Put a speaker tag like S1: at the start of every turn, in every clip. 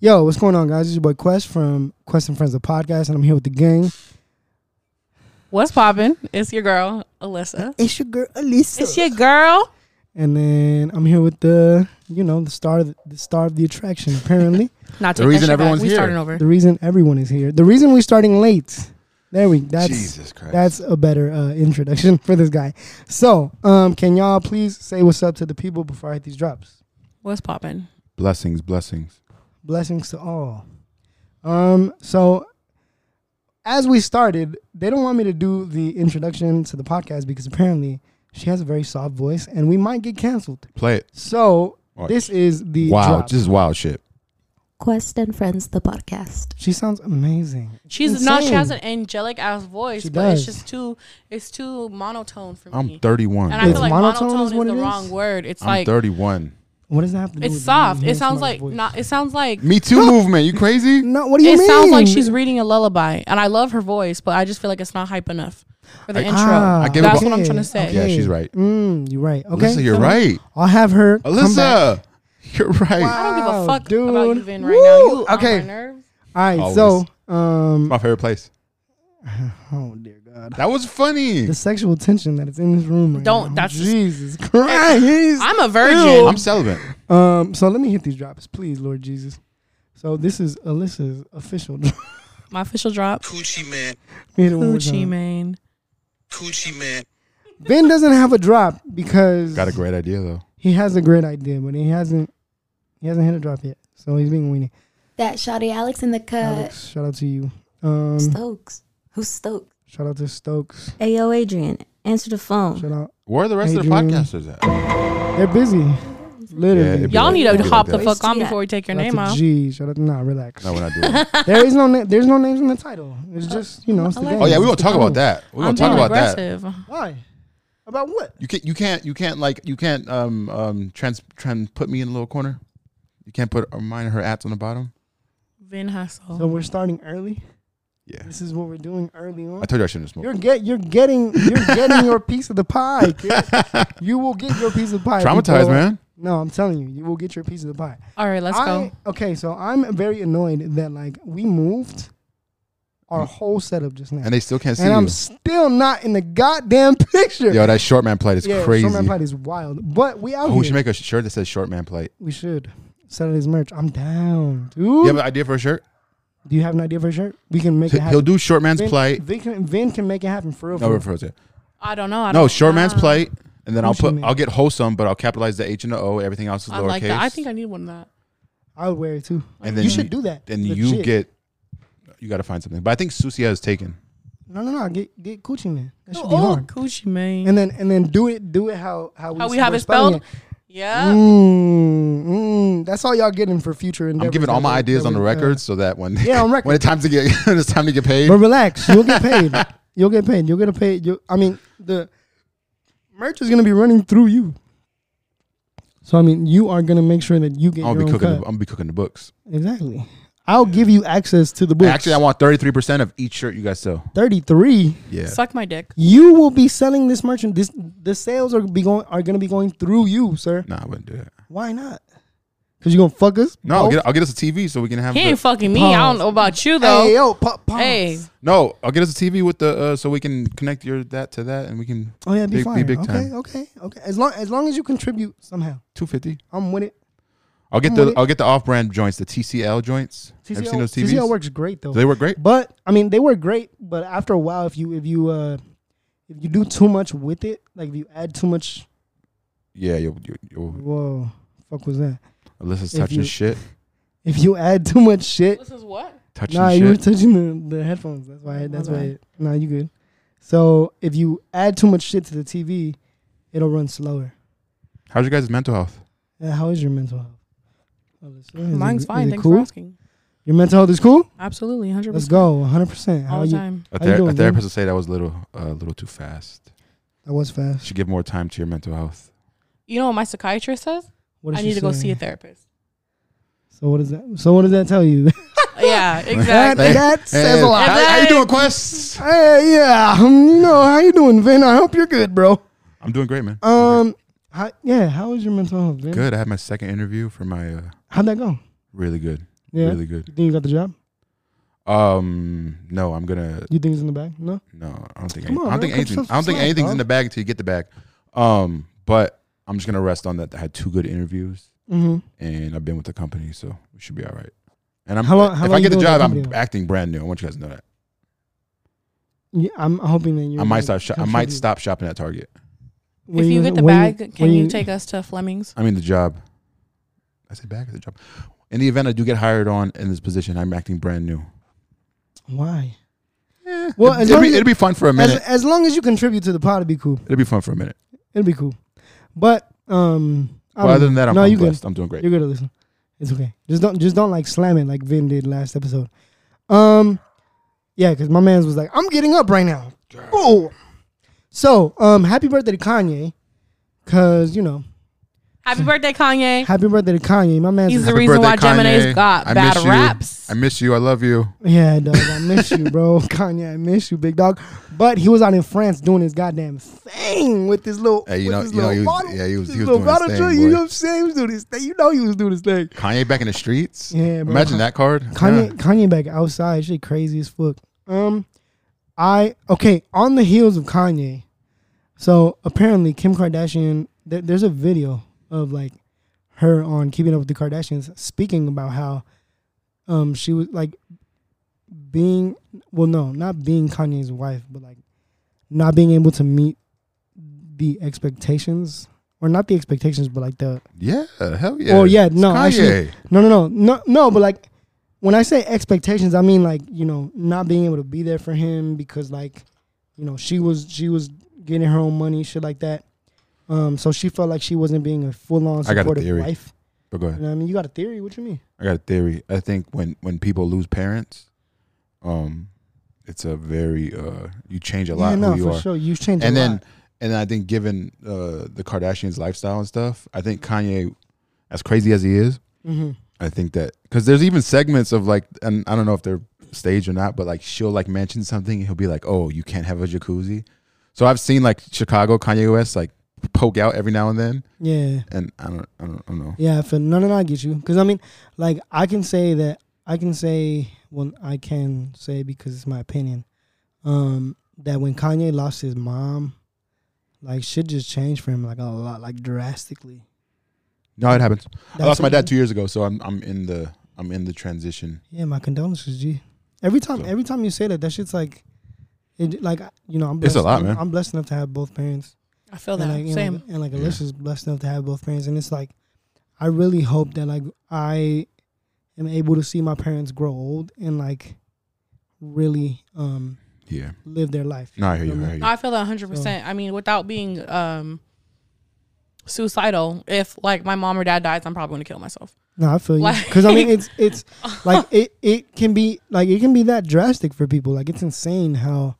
S1: Yo, what's going on, guys? It's your boy Quest from Quest and Friends, the podcast, and I'm here with the gang.
S2: What's poppin'? It's your girl, Alyssa.
S1: It's your girl Elisa,
S2: It's your girl.
S1: and then I'm here with the, you know, the star, of the, the star of the attraction. Apparently,
S2: Not
S3: The reason everyone's
S2: we
S3: here.
S2: starting over.
S1: the reason everyone is here, the reason we're starting late. There we. That's
S3: Jesus Christ.
S1: that's a better uh, introduction for this guy. So, um, can y'all please say what's up to the people before I hit these drops?
S2: What's poppin'?
S3: blessings, blessings.
S1: blessings to all. Um, so as we started, they don't want me to do the introduction to the podcast because apparently she has a very soft voice and we might get canceled.
S3: Play it.
S1: So
S3: Watch.
S1: this is the
S3: wow,
S1: drop.
S3: this is wild shit.
S4: Quest and Friends, the podcast.
S1: she sounds amazing.
S2: She's no, she
S1: Insane.
S2: has an angelic ass voice,
S1: She
S2: but it's
S1: does.
S2: just too it's too monotone for
S3: I'm
S2: me. and
S3: 31. bro.
S2: I
S1: It's
S2: feel like
S1: monotone
S2: monotone,
S1: is
S2: is,
S1: what
S2: the
S1: it
S2: wrong
S1: is?
S2: word. It's
S3: I'm
S2: like
S3: 31.
S1: What does that have to do?
S2: it's
S1: with
S2: soft.
S1: the
S2: It sounds
S1: Smart
S2: like
S1: voice?
S2: not. It sounds like
S3: Me Too movement. You crazy?
S1: No, what do you
S2: it
S1: mean?
S2: sounds like she's reading a lullaby, and I love her voice, but I just feel like it's not hype enough for the intro.
S1: Ah,
S3: I give
S2: That's
S3: up
S2: what I'm
S1: okay,
S2: trying to say.
S3: Yeah, she's right.
S1: Mm, you're right. Okay,
S3: Alyssa, you're
S1: so
S3: right.
S1: I'll have her. come back.
S3: Alyssa, you're right.
S2: I don't give
S1: Wow,
S2: a fuck
S1: dude.
S2: about you, Vin, right
S1: Woo!
S2: now. You okay.
S1: Okay.
S2: on my nerves.
S1: All right.
S3: Always.
S1: So, um,
S3: My favorite place.
S1: oh dear God.
S3: That was funny.
S1: the sexual tension that is in this room right
S2: Don't-
S1: now.
S2: that's just-
S1: jesus christ
S2: I'm a virgin.
S1: Ew.
S3: I'm celibate.
S1: um so let me hit these drops please lord jesus so this is alyssa's official drop.
S2: My official drop.
S5: Coochie man,
S1: Hit it one more
S2: Gucci
S1: time.
S2: man.
S5: coochie man,
S1: ben doesn't have a drop because
S3: Got a great idea though.
S1: he has a great idea but he hasn't he hasn't hit a drop yet so he's being weenie
S4: That shoddy Alex in the
S2: Uh,
S4: cut.
S1: alex shout out to you um
S4: Stokes. Who's Stokes?
S1: shout out to stokes
S4: Ayo, Adrian. Answer the phone.
S1: shout out
S3: Where are the rest
S1: Adrian.
S3: of the podcasters at?
S1: they're busy literally
S3: it'd be
S2: Y'all
S3: like-
S2: need
S3: it'd
S2: to
S3: be
S2: hop
S3: like
S2: the
S3: that.
S2: fuck on
S4: Yeah.
S2: before we take your
S1: Shout out
S2: name
S1: to
S2: out.
S1: G. Shout out to nah, relax.
S3: No, we're not doing. that.
S1: There is no na- there's no names in the title. It's just you know. It's the
S2: Alexa.
S1: game.
S3: Oh yeah,
S1: It's
S3: we gonna
S1: the
S3: talk
S1: title.
S3: about that. We're
S2: I'm
S3: gonna talk
S2: being
S3: about that.
S2: aggressive.
S1: Why? About what?
S3: You can't. You can't. You can't like. You can't. Um. Um. Trans. Trans. Put me in a little corner. You can't put uh, mine or her ads on the bottom.
S2: Vin Hustle.
S1: So we're starting early.
S3: Yeah.
S1: This is what we're doing early on.
S3: I told you I shouldn't smoke.
S1: You're get you're getting you're getting your piece of the pie. Kid. You will get your piece of the pie. if you
S3: Traumatized,
S1: blow up.
S3: man.
S1: No, I'm telling you, you will get your piece of the pie.
S2: All right, let's
S1: I-
S2: go.
S1: Okay, so I'm very annoyed that like we moved our whole setup just now,
S3: And they still can't see
S1: And I'm
S3: you.
S1: still not in the goddamn picture.
S3: Yo, that short man plight is
S1: yeah,
S3: crazy.
S1: Short Man Pride is wild, but we out
S3: oh,
S1: here.
S3: we should make a shirt that says short man plight.
S1: we should sell his merch. I'm down,
S3: You
S1: dude.
S3: have an idea for a shirt?
S1: do you have an idea for a shirt? We can make it happen.
S3: He'll do short man's
S1: Vin,
S3: plight.
S1: Vin can, Vin can make it happen for real.
S3: No,
S1: for
S3: we're
S1: real.
S3: frozen.
S2: I don't know. I don't,
S3: no, short man's
S2: nah.
S3: plight. And then I'll
S1: What you
S3: put,
S1: mean?
S3: I'll get wholesome, but I'll capitalize the H and the O. Everything else is
S2: I
S3: lowercase.
S2: like that. I think I need one of that.
S1: I would wear it too.
S3: and then
S1: you should do that.
S3: Then you
S1: Legit.
S3: get, you got to find something. But I think Susia is taken.
S1: no, no, no. Get get coochie man. That should be
S2: Oh,
S1: hard.
S2: Gucci man.
S1: And then and then do it do it how how we,
S2: How we
S1: s-
S2: have
S1: we're
S2: it spelled? Uh.
S1: it.
S2: Yeah.
S1: Mm, mm, that's all y'all getting for future endeavors.
S3: I'm giving all
S1: that
S3: my
S1: we-
S3: ideas
S1: that
S3: on the
S1: we, uh,
S3: record so that when
S1: yeah, on record.
S3: when it's time to get when it's time to get paid,
S1: But relax, you'll get paid. you'll get paid. You'll get paid. You, I mean, the merch is gonna be running through you. So I mean, you are gonna make sure that you get
S3: I'm
S1: your
S3: gonna
S1: own
S3: be cooking. The, I'm
S1: cut.
S3: gonna be cooking the books.
S1: Exactly. I'll give you access to the books.
S3: Actually, I want 33 percent of each shirt you guys sell.
S1: thirty-three.
S3: Yeah,
S2: Suck my dick.
S1: You will be selling this merchant. This the sales are be going are gonna be going through you, sir.
S3: no, I wouldn't do that.
S1: Why not? Cause you gonna fuck us?
S3: No, I'll get, I'll get us a TV so we can have.
S2: He
S3: the-
S2: ain't fucking me. I
S1: Pause.
S2: don't know about you
S1: Hey
S2: though.
S1: yo, pop, pause.
S2: Hey,
S3: No, I'll get us a TV with the uh, so we can connect your that to that and we can
S1: Oh yeah, be
S3: Big- be
S1: fine.
S3: big
S1: okay,
S3: time.
S1: okay, okay. As long as long as you contribute somehow,
S3: 250.
S1: I'm with it.
S3: I'll get
S1: I'm
S3: the
S1: with it.
S3: I'll get the off brand joints, the TCL joints. Have you seen those TVs?
S1: TCL works great though.
S3: Do they work great.
S1: but I mean, they work great. But after a while, if you if you uh if you do too much with it, like if you add too much,
S3: Yeah, yo, yo, yo,
S1: whoa, fuck was that?
S3: Alyssa's
S1: If
S3: touching
S1: you-
S3: shit,
S1: If you add too much shit,
S2: this is what?
S3: touching
S1: Nah,
S3: shit.
S1: you were touching the, the headphones. That's why.
S2: Oh,
S1: that's
S2: my
S1: why.
S2: bad.
S1: nah, you good. So if you add too much shit to the TV, it'll run slower.
S3: How's your guys' mental health?
S1: Uh, how is your mental health? Alyssa, is
S2: Mine's
S1: it-
S2: fine.
S1: is it
S2: Thanks for
S1: cool.
S2: asking.
S1: Your mental health is cool.
S2: Absolutely, hundred
S1: Let's
S2: percent.
S1: go. 100. percent How
S2: All
S1: are
S2: the
S1: you?
S2: time.
S3: A,
S1: How you
S3: ther-
S1: doing,
S3: a
S1: man?
S3: therapist would say that was a little uh, a little too fast.
S1: That was
S3: You
S1: fast.
S3: should give more time to your mental health.
S2: You know what my psychiatrist says?
S1: What did
S2: I
S1: she
S2: need to go
S1: say?
S2: see a therapist.
S1: So what does that? So what does that tell you?
S2: yeah,
S1: that
S2: exactly.
S1: that says a lot.
S2: And
S3: How, how you
S2: then-
S3: doing, Quest?
S1: Hey, yeah. um, You know how you doing, Vin? I hope you're good, bro.
S3: I'm doing great, man. I'm
S1: Um, how, yeah. How is your mental health, Vin?
S3: doing good. Good. I had my second interview for my uh,
S1: How'd that go?
S3: really good,
S1: Yeah.
S3: really good.
S1: You think you got the job?
S3: Um, no, I'm gonna
S1: You think it's in the bag? No.
S3: no. I don't think.
S1: Come
S3: any-
S1: on,
S3: I
S1: man,
S3: don't think
S1: cut
S3: anything.
S1: yourself
S3: I don't think
S1: some slack,
S3: anything's in
S1: dog.
S3: the bag until you get the bag. Um, but I'm just gonna rest on that. I had two good interviews,
S1: Mm-hmm.
S3: and I've been with the company, so we should be all right. And I'm
S1: How long- how
S3: if
S1: long
S3: I
S1: you
S3: get the
S1: been with the
S3: job, I'm
S1: company?
S3: acting brand new. I want you guys to know that.
S1: Yeah, I'm hoping that you.
S3: I might stop. Sho- I might stop shopping at Target.
S2: if you get the bag, can you, take us to Fleming's?
S3: I mean the job. I said back at the job. In the event I do get hired on in this position, I'm acting brand new.
S1: Why?
S2: Eh.
S3: Yeah.
S1: Well,
S3: Well,
S1: as
S3: it'd,
S1: long
S3: be,
S1: as-
S3: it'd be fun for a
S1: As,
S3: minute.
S1: as long as you contribute to the pod, it'd be cool.
S3: it'd be fun for a minute.
S1: It'd be cool. But um, I
S3: Well,
S1: don't
S3: other
S1: know.
S3: than that, I'm,
S1: no,
S3: I'm
S1: you good.
S3: blessed. I'm doing great.
S1: You're good to listen. It's okay. Just don't just don't like slam it like Vin did last episode. Um, yeah, because my man's was like, I'm getting up right now. Oh, so um, happy birthday to Kanye, cause you know,
S2: Happy birthday, Kanye.
S1: happy birthday to Kanye. My man's
S2: He's
S1: was,
S2: the reason why
S3: birthday,
S2: Gemini's
S3: Kanye.
S2: got
S3: I
S2: bad
S3: miss you.
S2: raps.
S3: I miss you. I love you.
S1: yeah, dog. I miss you, bro. Kanye, I miss you, big dog. But he was out in France doing his goddamn thing with his little,
S3: Hey, you
S1: with
S3: know-
S1: his
S3: you know,
S1: little
S3: he was-
S1: bottle-
S3: yeah, he was- he
S1: his
S3: was
S1: little
S3: doing his
S1: bottle
S3: thing,
S1: drink,
S3: boy.
S1: You know what I'm saying? He was doing his thing. You know he was doing his thing.
S3: Kanye back in the streets.
S1: Yeah, bro.
S3: Imagine that card.
S1: Kanye
S3: Yeah.
S1: Kanye back outside, shit crazy as fuck. Um, I okay on the heels of Kanye. So apparently Kim Kardashian, th- there's a video of like her on Keeping Up with the Kardashians speaking about how um she was like being well no not being Kanye's wife but like not being able to meet the expectations or not the expectations but like the
S3: Yeah. Hell yeah.
S1: Well, yeah,
S3: It's
S1: no,
S3: Kanye.
S1: actually- no, no, no, no, no. But like, when I say expectations, I mean like you know not being able to be there for him because like, you know she was she was getting her own money, shit like that. Um, so she felt like she wasn't being a full on
S3: I got a
S1: supportive
S3: theory.
S1: wife.
S3: But go
S1: You
S3: ahead.
S1: know what I mean, you got a theory? What you mean?
S3: I got a theory. I think when when people lose parents, um, it's a very uh, you change a lot
S1: yeah,
S3: who
S1: no,
S3: you
S1: for
S3: are.
S1: sure. You changed
S3: and
S1: a
S3: then
S1: lot.
S3: and then I think given uh, the Kardashians' lifestyle and stuff, I think Kanye, as crazy as he is,
S1: Mhm.
S3: I think that because there's even segments of like, and I don't know if they're staged or not, but like she'll like mention something, and he'll be like, "Oh, you can't have a jacuzzi." So I've seen like Chicago Kanye West like poke out every now and then,
S1: Yeah.
S3: and I don't, I don't, I don't know.
S1: Yeah, I feel no, no, no. I get you because I mean, like, I can say that I can say well, I can say because it's my opinion um, that when Kanye lost his mom, like, shit just changed for him like a lot, like drastically.
S3: No, it happens. I
S1: That's
S3: lost my
S1: what-
S3: dad two years ago, so I'm, I'm in the, I'm in the transition.
S1: Yeah, my condolences, G. Every time,
S3: So-
S1: every time you say that, that shit's like, it like you know, I'm
S3: It's
S1: blessed,
S3: a lot,
S1: I'm,
S3: man.
S1: I'm blessed enough to have both parents.
S2: I feel
S1: and
S2: that.
S1: like,
S2: Same.
S1: And like, and like
S3: Yeah.
S1: Alyssa's blessed enough to have both parents, and it's like, I really hope that like I am able to see my parents grow old and like really um
S3: Yeah.
S1: live their life.
S3: No, I hear you.
S1: know
S3: I
S1: what
S3: hear you.
S2: No, I feel that 100%. I mean, without being um suicidal, if like my mom or dad dies, I'm probably going to kill myself.
S1: No, I feel you.
S2: Like-
S1: Because I mean, it's it's like it it can be like it can be that drastic for people. Like it's insane how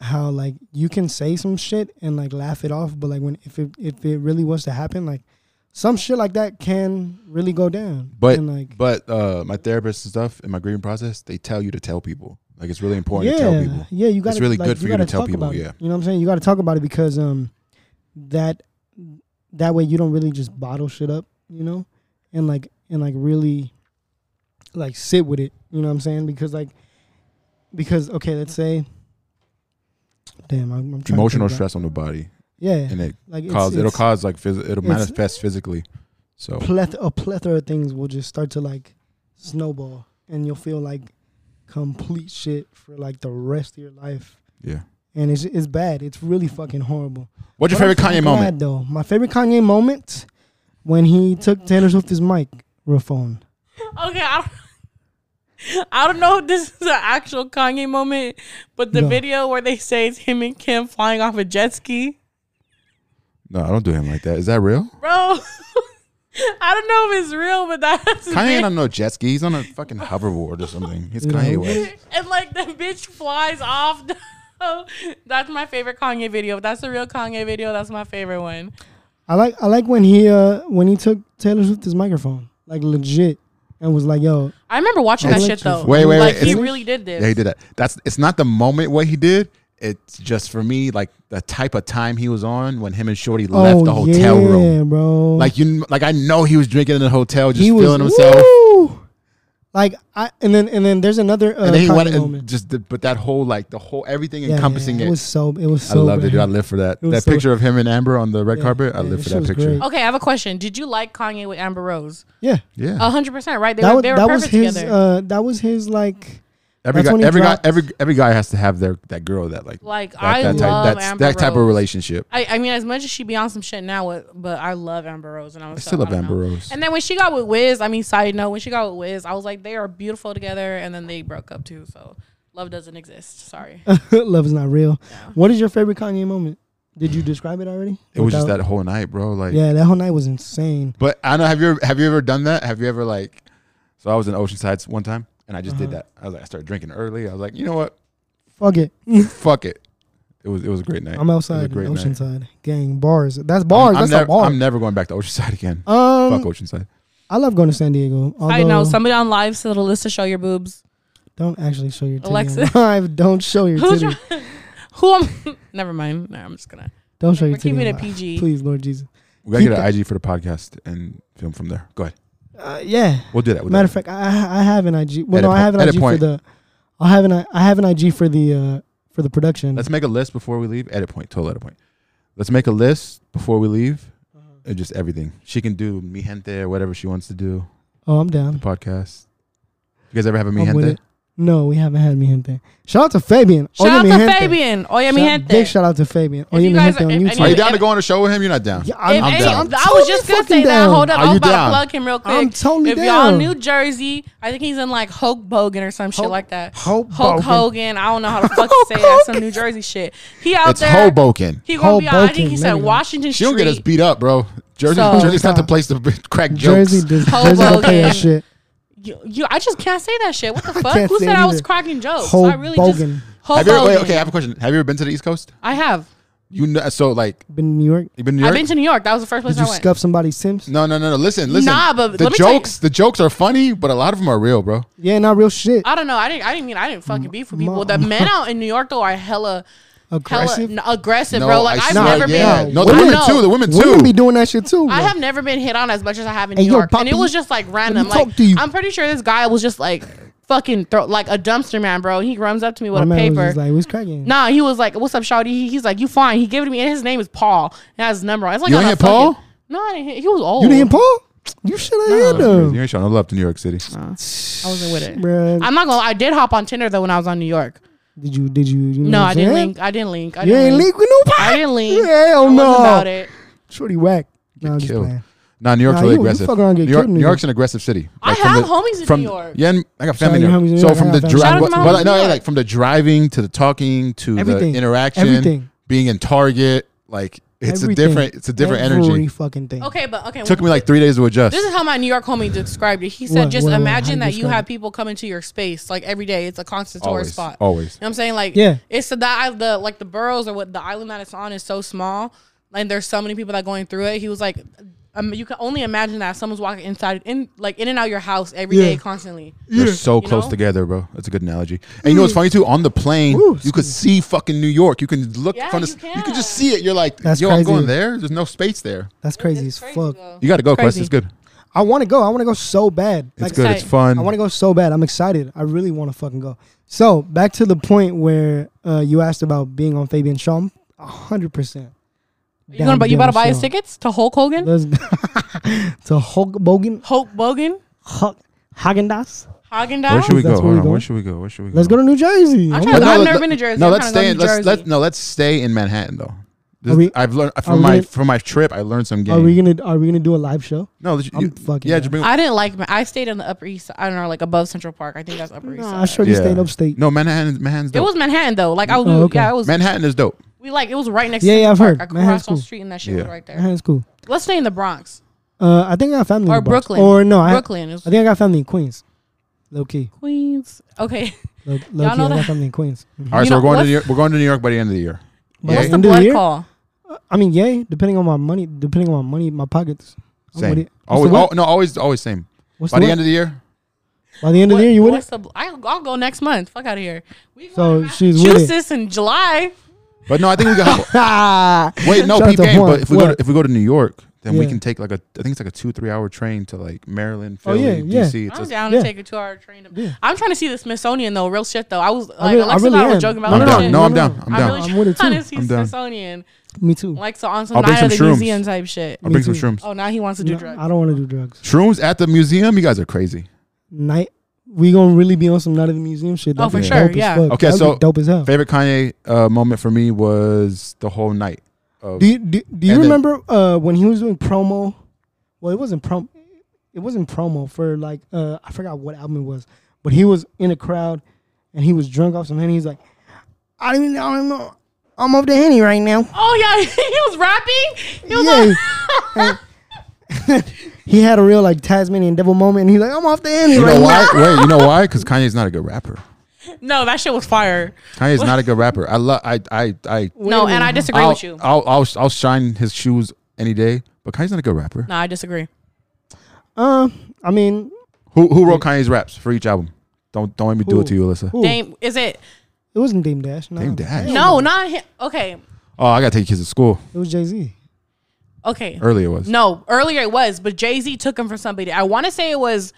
S1: how like you can say some shit and like laugh it off, but like when if it if it really was to happen, like some shit like that can really go down.
S3: But
S1: and like
S3: but uh, my therapist and stuff in my grieving process, they tell you to tell people. Like it's really important
S1: yeah.
S3: to tell people.
S1: Yeah, you got
S3: really good for you to tell people, yeah.
S1: you know what I'm saying. You got to talk about it because um, that that way you don't really just bottle shit up, you know, and like and like really like sit with it. You know what I'm saying? Because like because okay, let's say. Damn, I'm, I'm trying to think
S3: Emotional
S1: about-
S3: stress on the body,
S1: Yeah,
S3: and it
S1: like it's,
S3: cause it'll
S1: it's
S3: cause like phys-
S1: it's-
S3: it'll manifest physically. So
S1: pleth- a plethora of things will just start to like snowball, and you'll feel like complete shit for like the rest of your life,
S3: yeah.
S1: and it's it's bad. It's really fucking horrible.
S3: What's your
S1: But I'm
S3: favorite Kanye
S1: kinda glad,
S3: moment?
S1: Though my favorite Kanye moment when he took Taylor Swift's microphone.
S2: Okay, I don't, I don't know if this is an actual Kanye moment, but the
S1: No.
S2: video where they say it's him and Kim flying off a jet ski.
S3: No, I don't do him like that. Is that real?
S2: Bro, I don't know if it's real, but that's
S3: Kanye ain't
S2: real.
S3: on no jet ski. He's on a fucking hoverboard or something. He's
S1: No.
S3: Kanye West.
S2: and like the bitch flies off. that's my favorite Kanye video. If that's the real Kanye video, that's my favorite one.
S1: I like I like when he uh when he took Taylor Swift's microphone like legit and was like yo
S2: I remember watching that shit though.
S3: Wait, wait,
S2: like
S3: wait,
S2: he
S3: it's-
S2: really did this.
S3: Yeah, he did that. That's it's not the moment what he did. It's just for me like the type of time he was on when him and Shorty left
S1: oh
S3: the hotel
S1: yeah
S3: room.
S1: bro
S3: Like you, like I know he was drinking in the hotel, just
S1: was-
S3: feeling himself.
S1: Woo! Like I and then and then there's another uh,
S3: and then he
S1: Kanye
S3: went and
S1: moment.
S3: just did, but that whole like the whole everything
S1: Yeah, yeah,
S3: encompassing
S1: yeah.
S3: it.
S1: was so it was
S3: I
S1: so.
S3: loved it,
S1: good.
S3: dude. I live for that.
S1: It was
S3: That
S1: so-
S3: picture of him and Amber on the red
S1: Yeah,
S3: carpet. I
S1: yeah,
S3: live for
S1: that shit
S3: that
S1: was
S3: picture.
S1: great.
S2: Okay, I have a question. Did you like Kanye with Amber Rose?
S1: Yeah,
S3: Yeah.
S2: A hundred percent, right? They
S1: that
S2: were
S1: was
S2: they were
S1: that was
S2: perfect
S1: his.
S2: together.
S1: Uh, that was his like.
S3: every
S1: that's
S3: guy,
S1: when he
S3: every guy,
S1: dropped-
S3: every every guy has to have their that girl that like
S2: like
S3: that,
S2: I
S3: that
S2: love
S3: type, that's,
S2: Amber
S3: that type of
S2: Rose.
S3: relationship.
S2: I, I mean, as much as she be on some shit now, with, but I love Amber Rose, and I
S3: I
S2: was
S3: still
S2: so,
S3: love
S2: don't
S3: Amber
S2: know.
S3: Rose.
S2: And then when she got with Wiz, I mean, side note, when she got with Wiz, I was like, they are beautiful together, and then they broke up too. So love doesn't exist. Sorry.
S1: Love is not real. What is your favorite Kanye moment? Did you describe it already?
S3: It was just
S1: Without-
S3: that whole night, bro. Like,
S1: Yeah, that whole night was insane.
S3: but I know. Have you ever, have you ever done that? Have you ever like? So I was in Oceanside one time, and I just did
S1: Uh-huh.
S3: that. I was like, I started drinking early. I was like, you know what?
S1: Fuck it,
S3: Fuck it. It was it was a great night.
S1: I'm
S3: It was a
S1: outside,
S3: great night.
S1: Oceanside, gang bars. That's bars.
S3: I'm,
S1: That's
S3: never,
S1: a bar.
S3: I'm never going back to Oceanside again.
S1: um,
S3: Fuck Oceanside.
S1: I love going to San Diego. Although,
S2: I know somebody on live said the list to show your boobs.
S1: Don't actually show your titty.
S2: Alexa.
S1: on live. Don't show your
S2: Who's
S1: titty.
S2: Who? am Never mind. No, I'm just gonna.
S1: Don't show
S2: We're
S1: your titty.
S2: keeping
S1: on
S2: it
S1: live.
S2: PG.
S1: Please, Lord Jesus.
S3: We gotta
S1: Keep
S3: get an
S1: that-
S3: IG for the podcast and film from there. Go ahead.
S1: Uh, yeah.
S3: We'll do that. We'll do
S1: Matter
S3: that.
S1: of fact, I I have an IG. Well,
S3: At
S1: no,
S3: a
S1: I
S3: point-
S1: have an
S3: at a
S1: IG for
S3: point.
S1: the. I have an I have an IG for the uh, for the production.
S3: Let's make a list before we leave. Edit point, total edit point. Let's make a list before we leave. Uh, Just everything. She can do mi gente or whatever she wants to do.
S1: oh, I'm
S3: The
S1: down.
S3: podcast. You guys ever have a mi
S1: I'm with it.
S3: gente?
S1: No, we haven't had mi gente. Shout out to Fabian.
S2: Shout
S1: Oye,
S2: out
S1: mi
S2: to
S1: gente.
S2: Fabian. Oye, mi
S1: Shout-
S2: gente.
S1: Big shout out to Fabian. Oye,
S2: you
S1: mi
S2: guys
S1: gente
S2: are-
S1: on
S2: if- if
S3: Are
S1: YouTube.
S2: any-
S3: you down to go on a show with him? You're not down.
S1: Yeah, I'm,
S2: If
S3: I'm
S2: any-
S3: down.
S2: I was just gonna say that. Hold up,
S3: Are
S2: I was
S3: you
S2: about
S3: down?
S2: to plug him real quick.
S1: I'm totally
S2: if
S1: down.
S2: y'all New Jersey, I think he's in like Hulk Hogan or some shit
S1: Hulk-
S2: like that.
S1: Hulk Hogan.
S2: Hulk Hogan. I don't know how to fuck
S1: Hulk
S2: say that. Some
S1: Hogan.
S2: New Jersey shit. He out
S3: It's
S2: there.
S3: Hoboken.
S2: He gonna be out. I think
S1: Hoboken,
S2: he said
S1: maybe.
S2: Washington
S3: She don't
S2: Street.
S3: get us beat up, bro. Jersey,
S2: So-
S3: Jersey's not the place to crack jokes.
S1: Jersey does
S2: Hulk
S1: Jersey don't play that
S2: Hogan.
S1: shit.
S2: You, you- I just can't say that shit. What the fuck?
S1: can't
S2: Who
S1: say
S2: said
S1: it
S2: I was
S1: either.
S2: cracking jokes? I
S1: Hulk
S2: really
S1: Hogan.
S2: just Hulk
S3: Have you ever, wait,
S2: Hogan.
S3: okay, I have a question. Have you ever been to the East Coast?
S2: I have.
S3: You know, so like
S1: Been in New York.
S3: you've been to New
S2: I've
S3: York.
S2: been to New York. That was the first place
S1: Did you
S2: I went.
S1: scuff somebody's Sims?
S3: no, no, no, no. Listen, listen.
S2: Nah, but
S3: the
S2: let me tell you-
S3: jokes, the jokes are funny, but a lot of them are real, bro.
S1: Yeah, not real shit.
S2: I don't know. I didn't. I didn't mean. I didn't fucking beef with people.
S1: Mom.
S2: The men out in New York though are hella,
S1: Aggressive.
S2: hella n- aggressive,
S3: No,
S2: bro. Like
S3: I
S2: I have
S3: swear,
S2: never
S3: yeah.
S2: been.
S3: No, the
S2: I
S3: women
S2: know.
S3: too. The women too.
S1: Women be doing that shit too.
S2: I
S1: bro.
S2: have never been hit on as much as I have in
S1: Hey,
S2: New
S1: yo,
S2: York, and it
S1: puppy,
S2: was just like random.
S1: me
S2: Like
S1: talk to you.
S2: I'm pretty sure this guy was just like fucking throw like a dumpster man, bro. He runs up to me
S1: My
S2: with a
S1: man was
S2: paper.
S1: just like, "What's cracking?"
S2: nah, he was like, "What's up, Shawty?" He, he's like, "You fine?" He gave it to me, and his name is Paul. And I had his number. on it. It's like
S3: You
S2: on
S3: ain't
S2: a
S3: hit
S2: fucking-
S3: Paul?
S2: No, I didn't hit. He was old.
S1: You didn't pull? You should have hit
S3: You
S1: him.
S3: ain't showing no love to New York City.
S2: I wasn't with it.
S1: Bruh.
S2: I'm not gonna. lie. I did hop on Tinder though when I was on New York.
S1: Did you? Did you? you know
S2: No,
S1: what
S2: I
S1: I'm
S2: didn't
S1: saying?
S2: link. I didn't link. I
S1: You
S2: didn't
S1: ain't
S2: link.
S1: link with nobody.
S2: I didn't link.
S1: Hell
S2: I
S1: no.
S2: was about it.
S1: Shorty whack. No, I'm just
S3: killed.
S1: playing.
S3: Nah, New York's
S1: Nah,
S3: really
S1: you- you
S3: aggressive.
S1: fuck around and
S3: New,
S1: get
S3: York,
S1: killed in
S3: New
S1: New
S3: York's an aggressive city.
S2: I
S3: from
S2: have homies in
S3: from,
S2: New York.
S3: Yeah, and I got
S1: Shout out
S3: family. in
S1: your
S3: New York.
S1: homies in
S3: So
S1: New York.
S3: from
S1: I
S3: the
S1: got family.
S3: drive,
S2: Shout out to my
S3: but
S2: homies
S3: no,
S2: in New
S3: yeah,
S2: York.
S3: like from the driving to the talking to
S1: Everything.
S3: the interaction,
S1: Everything.
S3: being in Target, like it's
S1: Everything.
S3: a different, it's a different
S1: Every
S3: energy.
S1: fucking thing.
S2: Okay, but okay.
S3: Took me like three days to adjust.
S2: This is how my New York homie described it. He said,
S1: What-
S2: just
S1: what- what-
S2: imagine
S1: how you
S2: that you
S1: describe
S2: have
S1: it?
S2: people coming to your space like every day. It's a constant tourist
S3: always,
S2: spot.
S3: always.
S2: You know what I'm saying? Like,
S1: Yeah.
S2: it's the, that I, the like the boroughs or what the island that it's on is so small, and there's so many people that going through it. He was like, um, you can only imagine that someone's walking inside in like in and out your house every
S1: Yeah.
S2: day constantly.
S3: They're so
S2: You
S3: close
S2: know?
S3: together, bro. That's a good analogy. And you know what's funny too? On the plane,
S1: Mm. Ooh,
S3: you could see fucking New York. You can look
S2: Yeah,
S3: from the,
S2: you
S3: you can
S2: can.
S3: just see it. You're like,
S1: That's
S3: yo, I'm
S1: crazy.
S3: going there. There's no space there.
S1: That's crazy as fuck.
S2: though.
S3: You got to go, Quest.
S2: Crazy.
S3: It's good.
S1: I want to go. I want to go so bad.
S3: It's good. It's
S2: Exciting.
S3: fun.
S1: I want to go so bad. I'm excited. I really want to fucking go. So back to the point where uh, you asked about being on Fabian Shaw. I'm hundred percent.
S2: You gonna buy, you about to buy his tickets to Hulk Hogan?
S1: Let's go. to Hulk Bogan,
S2: Hulk Bogan,
S1: Hulk Hagendas.
S2: Hagen
S3: Where should we
S2: Dazs.
S1: That's
S3: go?
S1: where
S3: Hold
S1: we
S3: on.
S1: go.
S3: Where should we go? Where should we go?
S1: Let's go to New Jersey.
S2: I'm
S1: I wanna-
S2: trying to- I've
S3: let-
S2: never
S3: let-
S2: been to Jersey.
S3: No,
S2: I'm
S3: let's
S2: trying to go
S3: stay.
S2: to
S3: In,
S2: New
S3: let's let
S2: Jersey.
S3: no, let's stay in Manhattan though. This-
S1: Are we-
S3: I've learned
S1: are
S3: from
S1: we
S3: my
S1: gonna-
S3: from my trip. I learned some
S1: Are
S3: games.
S1: we gonna Are we gonna do a live show?
S3: no, let's-
S1: I'm
S3: you-
S1: fucking
S3: yeah.
S1: down.
S3: Just bring,
S2: I didn't like. Ma- I stayed in the Upper East. I don't know, like above Central Park. I think that's Upper East.
S1: Nah,
S2: Side.
S1: I sure
S3: yeah.
S1: you stayed upstate.
S3: No, Manhattan. Manhattan's
S2: It
S3: dope.
S2: was Manhattan though. Like I was.
S1: Oh, okay.
S2: Yeah, it was.
S3: Manhattan is dope.
S2: we like it was right next.
S1: Yeah,
S2: to
S1: yeah,
S2: the
S1: I've
S2: park.
S1: heard.
S2: I
S1: Manhattan's
S2: crossed on
S1: cool.
S2: street and that shit was
S3: Yeah.
S2: right there.
S1: That's cool.
S2: Let's stay in the Bronx
S1: Uh, I think I got family
S2: or
S1: in the Bronx.
S2: Brooklyn
S1: or no, I,
S2: Brooklyn is
S1: I think I got family in Queens. Low key,
S2: Queens. Okay.
S1: low, low key,
S2: know
S1: I got
S2: that-
S1: family in Queens. Mhm.
S3: All right,
S2: You
S3: so
S2: know,
S3: we're going to
S2: what's-
S3: New York, we're going to New York by the end of the year.
S1: Yeah.
S2: What's
S3: Yay.
S1: End
S2: the
S1: of the
S2: blood
S1: year?
S2: call?
S1: I mean, yay. Depending on my money, depending on my money, my pockets. I'm with
S3: Same.
S1: it. What's
S3: Always,
S1: the
S3: oh,
S1: what?
S3: no, always, always same.
S1: What's
S3: By the
S1: what?
S3: end of the year,
S1: By the end of the year, you
S2: What-
S1: with
S2: what's
S1: it?
S2: the bl- I'll, I'll go next month. Fuck out of here. We
S1: So
S2: going to
S1: she's with it.
S2: Massachusetts in July.
S3: but no, I think we got.
S1: Ah,
S3: wait, no,
S1: Shout out
S3: peep
S1: to
S3: game.
S1: Juan.
S3: But if we go
S1: What?
S3: to, if we go to New York, then we
S1: Yeah.
S3: can take like a I think it's like a two three hour train to like Maryland,
S1: Oh,
S3: Philly,
S1: yeah, yeah.
S3: DC. It's
S2: I'm
S3: just,
S2: down
S1: yeah.
S2: to take a two hour train. To,
S1: Yeah.
S2: I'm trying to see the Smithsonian though, real shit though. I was like,
S1: I really, I
S2: Alexa
S1: really
S2: and I
S1: am.
S2: were joking about
S3: I'm
S2: that
S3: down.
S2: shit.
S3: No, I'm down. I'm
S2: I'm
S3: down.
S2: really
S1: I'm with it
S2: trying to
S1: too.
S2: see
S3: I'm down.
S2: Smithsonian,
S1: Me too.
S2: like so on some
S3: I'll bring
S2: night
S3: some
S2: at the
S3: shrooms.
S2: museum type shit.
S3: I'll bring some
S1: too.
S3: shrooms.
S2: Oh, now he wants to do
S1: No,
S2: drugs.
S1: I don't want to do drugs.
S3: Shrooms at the museum? You guys are crazy.
S1: Night. We gonna really be on some night of the museum shit.
S2: Oh,
S1: That'd be
S3: for
S2: sure,
S1: dope as
S2: yeah.
S1: fuck.
S3: Okay,
S1: That'd
S3: so-
S1: be dope as hell.
S3: Favorite Kanye uh, moment for me was the whole night. Of,
S1: Do you, do, do you
S3: And then-
S1: remember uh, when he was doing promo? Well, it wasn't promo. It wasn't promo for like uh, I forgot what album it was, but he was in a crowd and he was drunk off some henny. He's like, I don't even, I don't know. I'm off the henny right now.
S2: Oh yeah, he was rapping. He was
S1: Yeah.
S2: like,
S1: He had a real like Tasmanian devil moment, and he's like, I'm off the henny
S3: you
S1: right
S3: know
S1: now.
S3: why? Wait, you know why? Because Kanye's not a good rapper.
S2: no, that shit was fire.
S3: Kanye's not a good rapper. I love. I. I. I.
S2: No, and I disagree
S3: I'll,
S2: with
S1: Oh.
S2: you.
S3: I'll, I'll. I'll shine his shoes any day. But Kanye's not a good rapper.
S2: no, I disagree.
S1: Um, I mean,
S3: Who Who wrote Kanye's raps for each album? Don't Don't let me do it to you, Alyssa.
S1: who?
S2: Dame, is it?
S1: It wasn't Dame Dash. No.
S3: Dame Dash.
S2: No, not him. Okay,
S3: Oh, I gotta take kids to school.
S1: It was Jay Z.
S2: okay.
S3: Earlier was.
S2: No, earlier it was, but Jay Z took him from somebody. I want to say it was.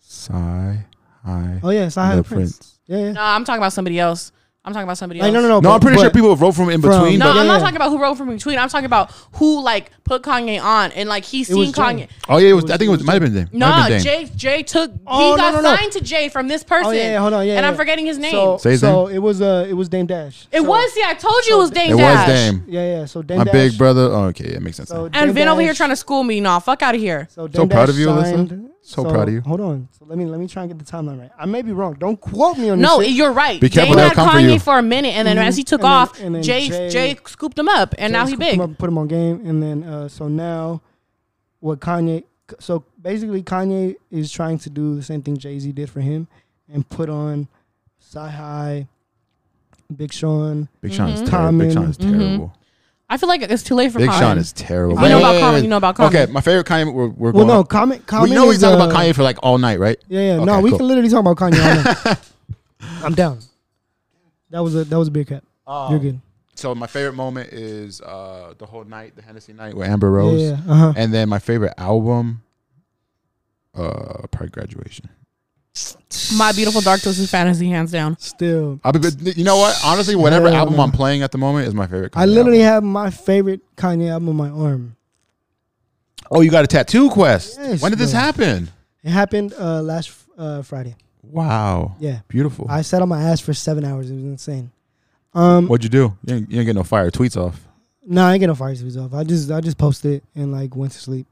S3: Sigh. I.
S1: Oh yeah, so I had
S3: The
S1: a Prince.
S3: Prince.
S1: Yeah, yeah.
S2: No, I'm talking about somebody else. I'm talking about somebody
S1: Like,
S2: else.
S1: no, no, no.
S3: No,
S1: but-
S3: I'm pretty sure
S1: Oh, but-
S3: people have wrote from in
S1: From-
S3: between.
S2: No,
S3: but
S1: Yeah,
S2: I'm not
S1: yeah.
S2: talking about who wrote from between. I'm talking about who like put Kanye on and like he's
S1: was
S2: seen Kanye.
S1: Jay.
S3: oh yeah, it was. I think it was. Might have been Dame. Might
S2: No,
S3: have been Dame.
S2: Jay Jay took
S1: Oh,
S2: he
S1: no,
S2: got
S1: no, no.
S2: signed to Jay from this person.
S1: Oh yeah, yeah, hold on, yeah.
S2: And I'm
S1: yeah.
S2: forgetting his name.
S1: So,
S3: Say his
S1: so it was uh, it was Dame Dash.
S2: it
S1: So-
S2: was yeah, I told you it was Dame
S3: It was
S2: Dash.
S3: Dame.
S1: Yeah, yeah. So Dame
S3: My
S1: Dash.
S3: big brother. Oh, okay, it makes sense.
S1: So
S3: now.
S2: And
S1: Dame
S2: Vin over here
S1: Dash-
S2: trying to school me. Nah, fuck out of here.
S1: So,
S3: So
S1: Dame
S3: proud
S1: Dash
S3: of you, Alyssa.
S1: signed-
S3: So proud of you.
S1: Hold on. So let me let me try and get the timeline right. I may be wrong. Don't quote me on
S2: No,
S1: this. shit.
S2: you're right.
S3: Be careful,
S2: Dame
S3: they'll
S2: had
S3: come for
S2: Kanye
S3: you.
S2: for, a minute, and then as he took
S1: And then-
S2: off,
S1: and then
S2: Jay,
S1: Jay-
S2: Jay scooped him up, and now
S1: Just
S2: he
S1: Put him,
S2: big.
S1: up, put him on game, and then uh, so now, what Kanye? So basically, Kanye is trying to do the same thing Jay Z did for him, and put on Sci High, Big Sean.
S3: Big Sean is
S1: Mhm.
S3: terrible. Big Sean
S1: Common.
S3: is terrible.
S2: I feel like it's too late Mm-hmm. for
S3: Big
S2: Kanye.
S3: Sean is terrible.
S2: If you know
S3: Wait,
S2: about
S3: wait,
S2: Common,
S3: wait.
S2: you know about Common.
S3: Okay, my favorite Kanye. We're, we're
S1: Well,
S3: going.
S1: no, comment.
S3: Well,
S1: Comment.
S3: you know we
S1: is,
S3: talk about
S1: uh,
S3: Kanye for like all night, right?
S1: Yeah, yeah.
S3: Okay,
S1: no, we
S3: cool.
S1: can literally talk about Kanye. all night. I'm down. That was a that was a big cap. You're good.
S3: So my favorite moment is uh, the whole night, the Hennessy night with Amber
S1: Yeah,
S3: Rose,
S1: yeah. Uh huh.
S3: and then my favorite album, uh, probably Graduation.
S2: My beautiful dark twisted fantasy, hands down.
S1: Still,
S3: I'll be, but you know what? Honestly, whatever
S1: Hell
S3: album
S1: no.
S3: I'm playing at the moment is my favorite. Kanye
S1: I literally
S3: album.
S1: have my favorite Kanye album on my arm.
S3: Oh, you got a tattoo quest.
S1: Yes,
S3: when did this
S1: bro.
S3: happen?
S1: It happened uh, last uh, Friday.
S3: Wow.
S1: Yeah,
S3: Beautiful.
S1: I sat on my ass for seven hours. It was insane. Um,
S3: What'd you do? You ain't, you ain't get no fire tweets off.
S1: no, I ain't get no fire series off. I just I just posted it and like went to sleep.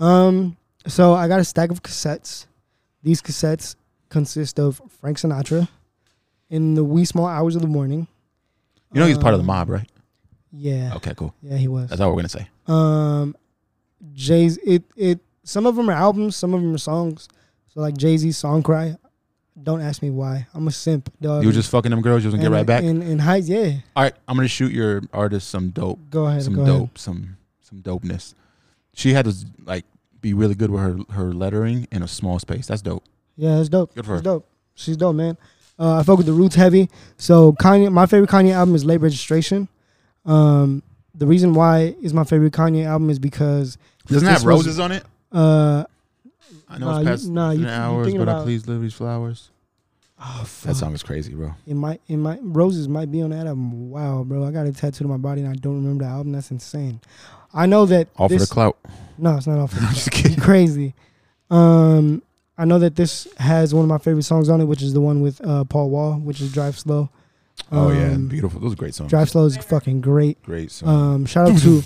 S1: Um, so I got a stack of cassettes. These cassettes consist of Frank Sinatra, in the wee small hours of the morning.
S3: You know he's part of the
S1: Um,
S3: mob, right?
S1: Yeah,
S3: Okay, cool.
S1: yeah, he was.
S3: That's all we're gonna say.
S1: Um, Jay's it it some of them are albums, some of them are songs. So like Jay Z's "Song Cry," don't ask me why. I'm a simp, dog.
S3: You were just fucking them girls. You was gonna get right back.
S1: In in heights, yeah.
S3: All right, I'm gonna shoot your artist some dope,
S1: Go ahead,
S3: some
S1: go
S3: dope,
S1: ahead.
S3: some some dopeness. She had to like be really good with her her lettering in a small space. That's dope.
S1: Yeah, that's dope.
S3: Good for
S1: That's
S3: her.
S1: dope. She's dope, man. Uh, I fuck with the roots heavy. So Kanye, my favorite Kanye album is Late Registration. Um, the reason why is my favorite Kanye album is because
S3: Doesn't it
S1: This
S3: have
S1: was-
S3: roses on it?
S1: uh,
S3: I know
S1: Nah, you-
S3: it's past
S1: nah, you-
S3: an
S1: you
S3: hours, but
S1: thinking
S3: I
S1: about-
S3: please leave these flowers.
S1: oh,
S3: That
S1: fuck.
S3: song is crazy, bro.
S1: it might it might roses might be on that album. Wow, bro, I got a tattoo to my body and I don't remember the album. That's insane. I know that
S3: All for
S1: this,
S3: the clout.
S1: No, it's not off.
S3: I'm just kidding.
S1: crazy. Um, I know that this has one of my favorite songs on it, which is the one with uh, Paul Wall, which is Drive Slow.
S3: oh yeah,
S1: Um,
S3: beautiful. Those are great songs.
S1: Drive Slow is fucking great.
S3: Great song.
S1: Um, shout out to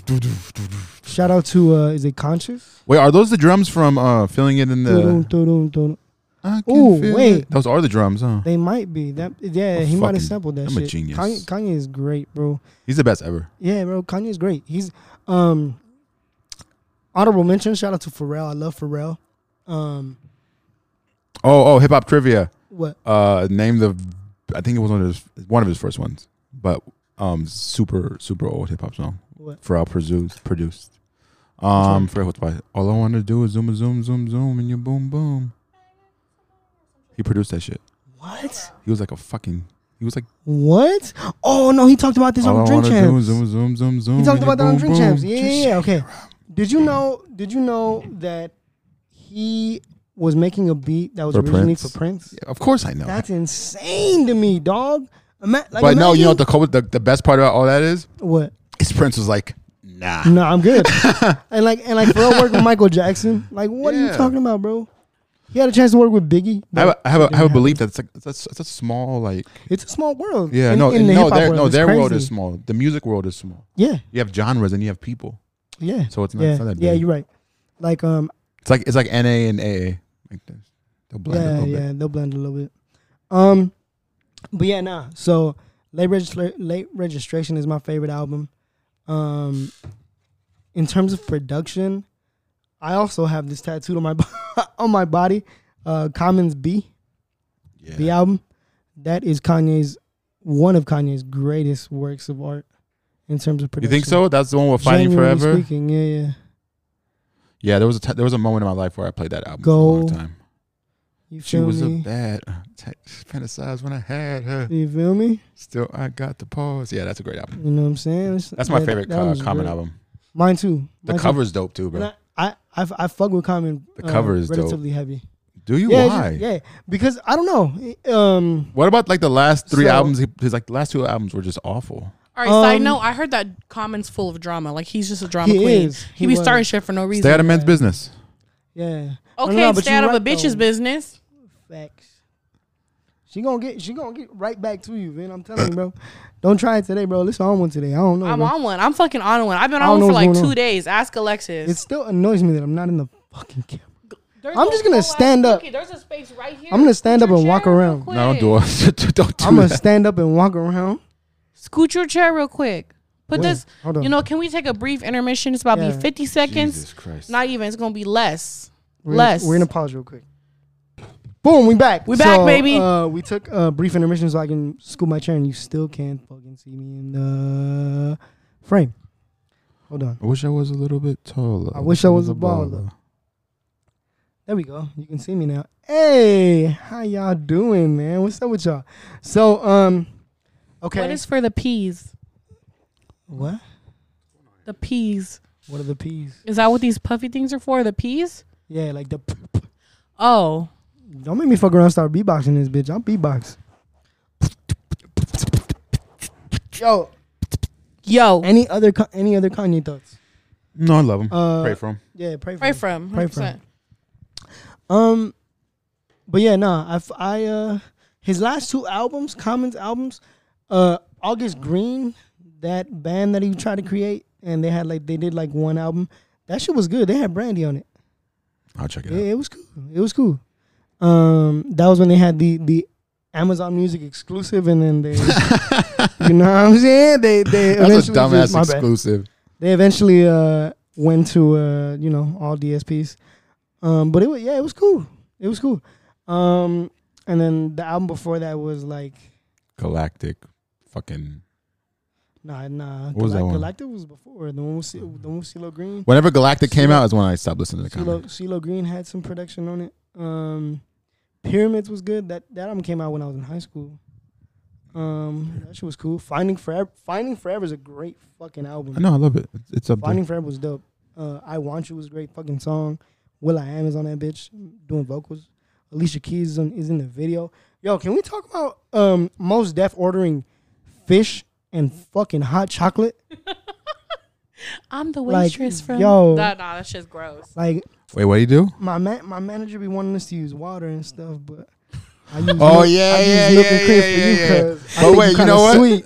S1: shout out to uh, is it Conscious?
S3: Wait, are those the drums from uh filling it in the?
S1: Doo-doo, doo-doo, doo-doo.
S3: I can
S1: Ooh,
S3: feel
S1: wait.
S3: it. those are the drums, huh?
S1: They might be that. Yeah,
S3: I'm
S1: he might
S3: fucking-
S1: have sampled that
S3: I'm a
S1: shit.
S3: genius.
S1: Kanye, Kanye is great, bro.
S3: He's the best ever.
S1: Yeah, bro. Kanye's great. He's um honorable mention. Shout out to Pharrell. I love Pharrell. Um,
S3: Oh, oh, hip hop trivia.
S1: what?
S3: uh name the I think it was one of his one of his first ones, but um super super old hip hop song.
S1: What?
S3: Pharrell produced produced. Um, forgot what's by. All I want to do is zoom zoom zoom zoom and you boom boom. He produced that shit.
S1: What?
S3: He was like a fucking. He He was like,
S1: What? Oh no, he talked about this
S3: all
S1: on
S3: I
S1: Drink
S3: want to do
S1: Champs.
S3: is zoom, zoom, zoom, zoom.
S1: He talked
S3: and
S1: about that
S3: boom,
S1: on Drink
S3: boom.
S1: Champs. Yeah,
S3: Just-
S1: yeah, yeah. Okay. Did you know? Did you know that he was making a beat that was
S3: For
S1: originally
S3: Prince.
S1: for Prince?
S3: Of course I know.
S1: That's insane to me, dog. Ima- like,
S3: but no, you know
S1: imagine-
S3: what the, co- the the best part about all that is?
S1: what?
S3: His Prince was like, nah.
S1: No, I'm good. and like and like Pharrell worked with Michael Jackson. Like, what are you
S3: Yeah.
S1: talking about, bro? He had a chance to work with Biggie.
S3: I
S1: but
S3: have, a, I have, a,
S1: it
S3: I have a
S1: didn't
S3: belief that it's like that's that's a small like
S1: happen. it's a small world.
S3: yeah
S1: in-
S3: no
S1: in the
S3: no
S1: hip-hop
S3: their no
S1: world. It's
S3: their world
S1: crazy.
S3: is small the music world is small
S1: Yeah,
S3: you have genres and you have people
S1: yeah.
S3: so it's not,
S1: yeah,
S3: it's not that big.
S1: yeah, you're right. Like, um,
S3: It's like it's like NA and AA. Like this. They'll blend a
S1: yeah,
S3: little
S1: yeah,
S3: bit.
S1: they'll blend a little bit. Um, but yeah, nah. So late registra- late registration is my favorite album. Um, in terms of production, I also have this tattooed on my bo- on my body. Uh, Commons B.
S3: Yeah.
S1: the album that is Kanye's one of Kanye's greatest works of art in terms of
S3: You
S1: production.
S3: think so? That's the one with Fighting
S1: Genuinely
S3: Forever.
S1: Speaking, yeah, yeah,
S3: Yeah, there was a t- there was a moment in my life where I played that album for a long
S1: Go.
S3: time.
S1: you
S3: She
S1: feel
S3: was a
S1: me?
S3: bad t- fantasized when I had her.
S1: You feel me?
S3: Still, I got the pause. Yeah, that's a great album.
S1: You know what I'm saying? It's-
S3: That's my
S1: that-
S3: favorite
S1: that
S3: uh,
S1: one's
S3: Common
S1: great.
S3: album.
S1: Mine too.
S3: The
S1: Mine too.
S3: cover's dope too,
S1: And
S3: bro.
S1: I, I, I, f- I fuck with Common. uh,
S3: The cover is dope.
S1: relatively heavy.
S3: Do you?
S1: yeah,
S3: Why?
S1: it's- yeah, because I don't know. Um,
S3: What about like the last three
S1: So-
S3: albums? He, his like the last two albums were just awful.
S2: All right, side
S1: Um,
S2: note, I heard that Common's full of drama. Like he's just a drama
S1: He
S2: queen.
S1: is.
S2: He,
S1: He
S2: be
S1: was.
S2: starting shit for no reason.
S3: Stay out of men's business.
S1: yeah. I
S2: okay,
S1: don't know, but
S2: stay
S1: you're
S2: out of a
S1: right,
S2: bitch's
S1: though.
S2: business.
S1: Facts. She gonna get. She gonna get right back to you, man. I'm telling you, bro. Don't try it today, bro. Listen, I don't want today. I don't know.
S2: I'm
S1: bro.
S2: on one. I'm fucking on one. I've been
S1: I don't
S2: on one for
S1: know
S2: like
S1: what's
S2: two
S1: going on.
S2: days. Ask Alexis.
S1: It still annoys me that I'm not in the fucking camera.
S2: There's
S1: I'm
S2: a
S1: just gonna
S2: whole ass-
S1: stand up.
S2: look, there's a space right here.
S1: I'm gonna stand
S2: Scoot
S1: up
S2: your
S1: and walk
S2: chair real
S1: around.
S2: quick.
S3: No, don't do it. don't do
S1: I'm gonna
S3: that.
S1: stand up and walk around.
S2: Scoot your chair real quick. Put
S1: Wait,
S2: this.
S1: hold on.
S2: You know, can we take a brief intermission? It's about to
S1: Yeah.
S2: be 50 seconds.
S3: Jesus Christ.
S2: Not even. It's gonna be less.
S1: We're
S2: less.
S1: Gonna, we're gonna pause real quick. Boom, we back.
S2: We back, baby.
S1: Uh, we took a brief intermission so I can scoot my chair, and you still can't fucking see me in the frame. Hold on.
S3: I wish I was a little bit taller.
S1: I wish I was a baller. There we go. You can see me now. Hey, how y'all doing, man? What's up with y'all? So, um, okay.
S2: What is for the peas?
S1: what?
S2: The peas.
S1: What are the peas?
S2: Is that what these puffy things are for? The peas?
S1: Yeah, like the.
S2: Oh.
S1: Don't make me fuck around and start beatboxing this bitch. I'll beatbox. Yo,
S2: Yo.
S1: any other Ka- any other Kanye thoughts?
S3: No, I love him.
S1: Uh,
S3: Pray for him.
S1: Yeah, pray for
S2: Pray
S1: him.
S2: from.
S1: Pray
S2: 100%.
S1: for him. Um, but yeah, nah. I f- I, uh his last two albums, Commons albums, uh August Green, that band that he tried to create, and they had like they did like one album. That shit was good. They had Brandy on it.
S3: I'll check it
S1: Yeah, it was cool. It was cool. Um, that was when they had the the Amazon Music exclusive, and then they, you know what I'm saying? They they
S3: out. That's a
S1: eventually
S3: dumbass
S1: my bad.
S3: exclusive.
S1: They eventually uh went to uh you know all DSPs, um, but it was yeah it was cool. It was cool. Um, and then the album before that was like
S3: Galactic, fucking.
S1: nah nah
S3: What was that
S1: Galact-
S3: one?
S1: Galactic was before the one with C- the one with CeeLo Green.
S3: Whenever Galactic came out is when I stopped listening to the
S1: CeeLo,
S3: comic.
S1: CeeLo Green had some production on it. Um, Pyramids was good. That that album came out when I was in high school. Um, that shit was cool. Finding Forever, Finding Forever is a great fucking album.
S3: I know, I love it. It's- It's up there.
S1: Finding Forever was dope. Uh, I Want You was a great fucking song. Will I Am is on that bitch doing vocals. Alicia Keys is, on, is in the video. Yo, can we talk about um most deaf ordering fish and fucking hot chocolate?
S2: I'm the
S1: Like,
S2: waitress from.
S1: yo.
S2: Nah, nah, that shit's gross.
S1: Like
S3: Wait, what do you do?
S1: my man, my manager be wanting us to use water and stuff, but I use
S3: Oh,
S1: milk,
S3: yeah,
S1: I use
S3: yeah,
S1: milk
S3: yeah,
S1: and cream
S3: yeah,
S1: for
S3: yeah,
S1: you
S3: yeah.
S1: 'cause I
S3: But
S1: think
S3: wait,
S1: you
S3: you
S1: kinda
S3: know what?
S1: Sweet.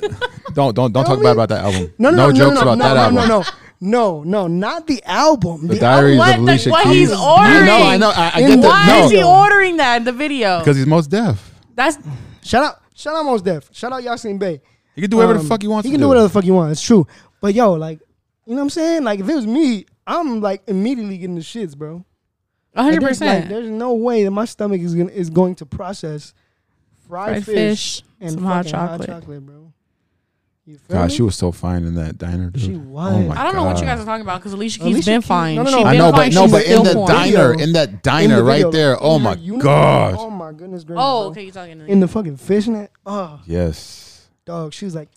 S3: Don't don't don't talk bad about that album.
S1: No, no, no,
S3: jokes
S1: no, no,
S3: about
S1: no,
S3: that
S1: no,
S3: album.
S1: no, no, no, no, not the album.
S3: The
S1: The
S3: Diaries
S2: What
S3: of
S2: the-
S3: Alicia
S2: what
S3: Keys.
S2: he's
S3: I know, I
S2: ordering.
S3: know. I, I
S1: In
S3: get
S1: the-
S2: Why
S3: that.
S2: is he
S3: No,
S1: video.
S2: ordering that in the video?
S3: because he's most deaf.
S2: That's
S1: Shout out, shout out Mos Def. Shout out Yasin Bey.
S3: He can do whatever
S1: Um,
S3: the fuck he wants.
S1: He
S3: to
S1: can do whatever the fuck he wants. It's true. But yo, like, you know what I'm saying? Like, if it was me, I'm like immediately getting the shits, bro. Like,
S2: 100.
S1: there's, like,
S2: percent
S1: there's no way that my stomach is gonna is going to process fried,
S2: Fried
S1: fish,
S2: fish,
S1: and
S2: some hot
S1: fucking hot
S2: chocolate.
S1: chocolate, bro. You feel
S3: God,
S1: me?
S3: she was so fine in that diner, dude.
S1: She
S3: Oh
S1: was.
S3: my
S2: I don't know what you
S3: God.
S2: guys are talking about because Alicia Keys
S1: Alicia
S2: been
S1: Keys-
S2: fine.
S1: no, no,
S2: She
S1: no.
S2: been
S3: I
S2: fine.
S3: know, but no,
S2: She's
S3: but in
S2: still
S3: the
S2: porn.
S3: diner,
S1: Video.
S3: in that
S1: In the
S3: diner right
S1: video,
S3: there.
S1: in
S3: Oh
S1: her
S3: my
S1: uniform. Oh
S3: God.
S1: my goodness gracious.
S2: Oh,
S1: bro.
S2: okay, you're talking.
S1: In the fucking fishnet. Oh,
S3: Yes.
S1: dog. She was like,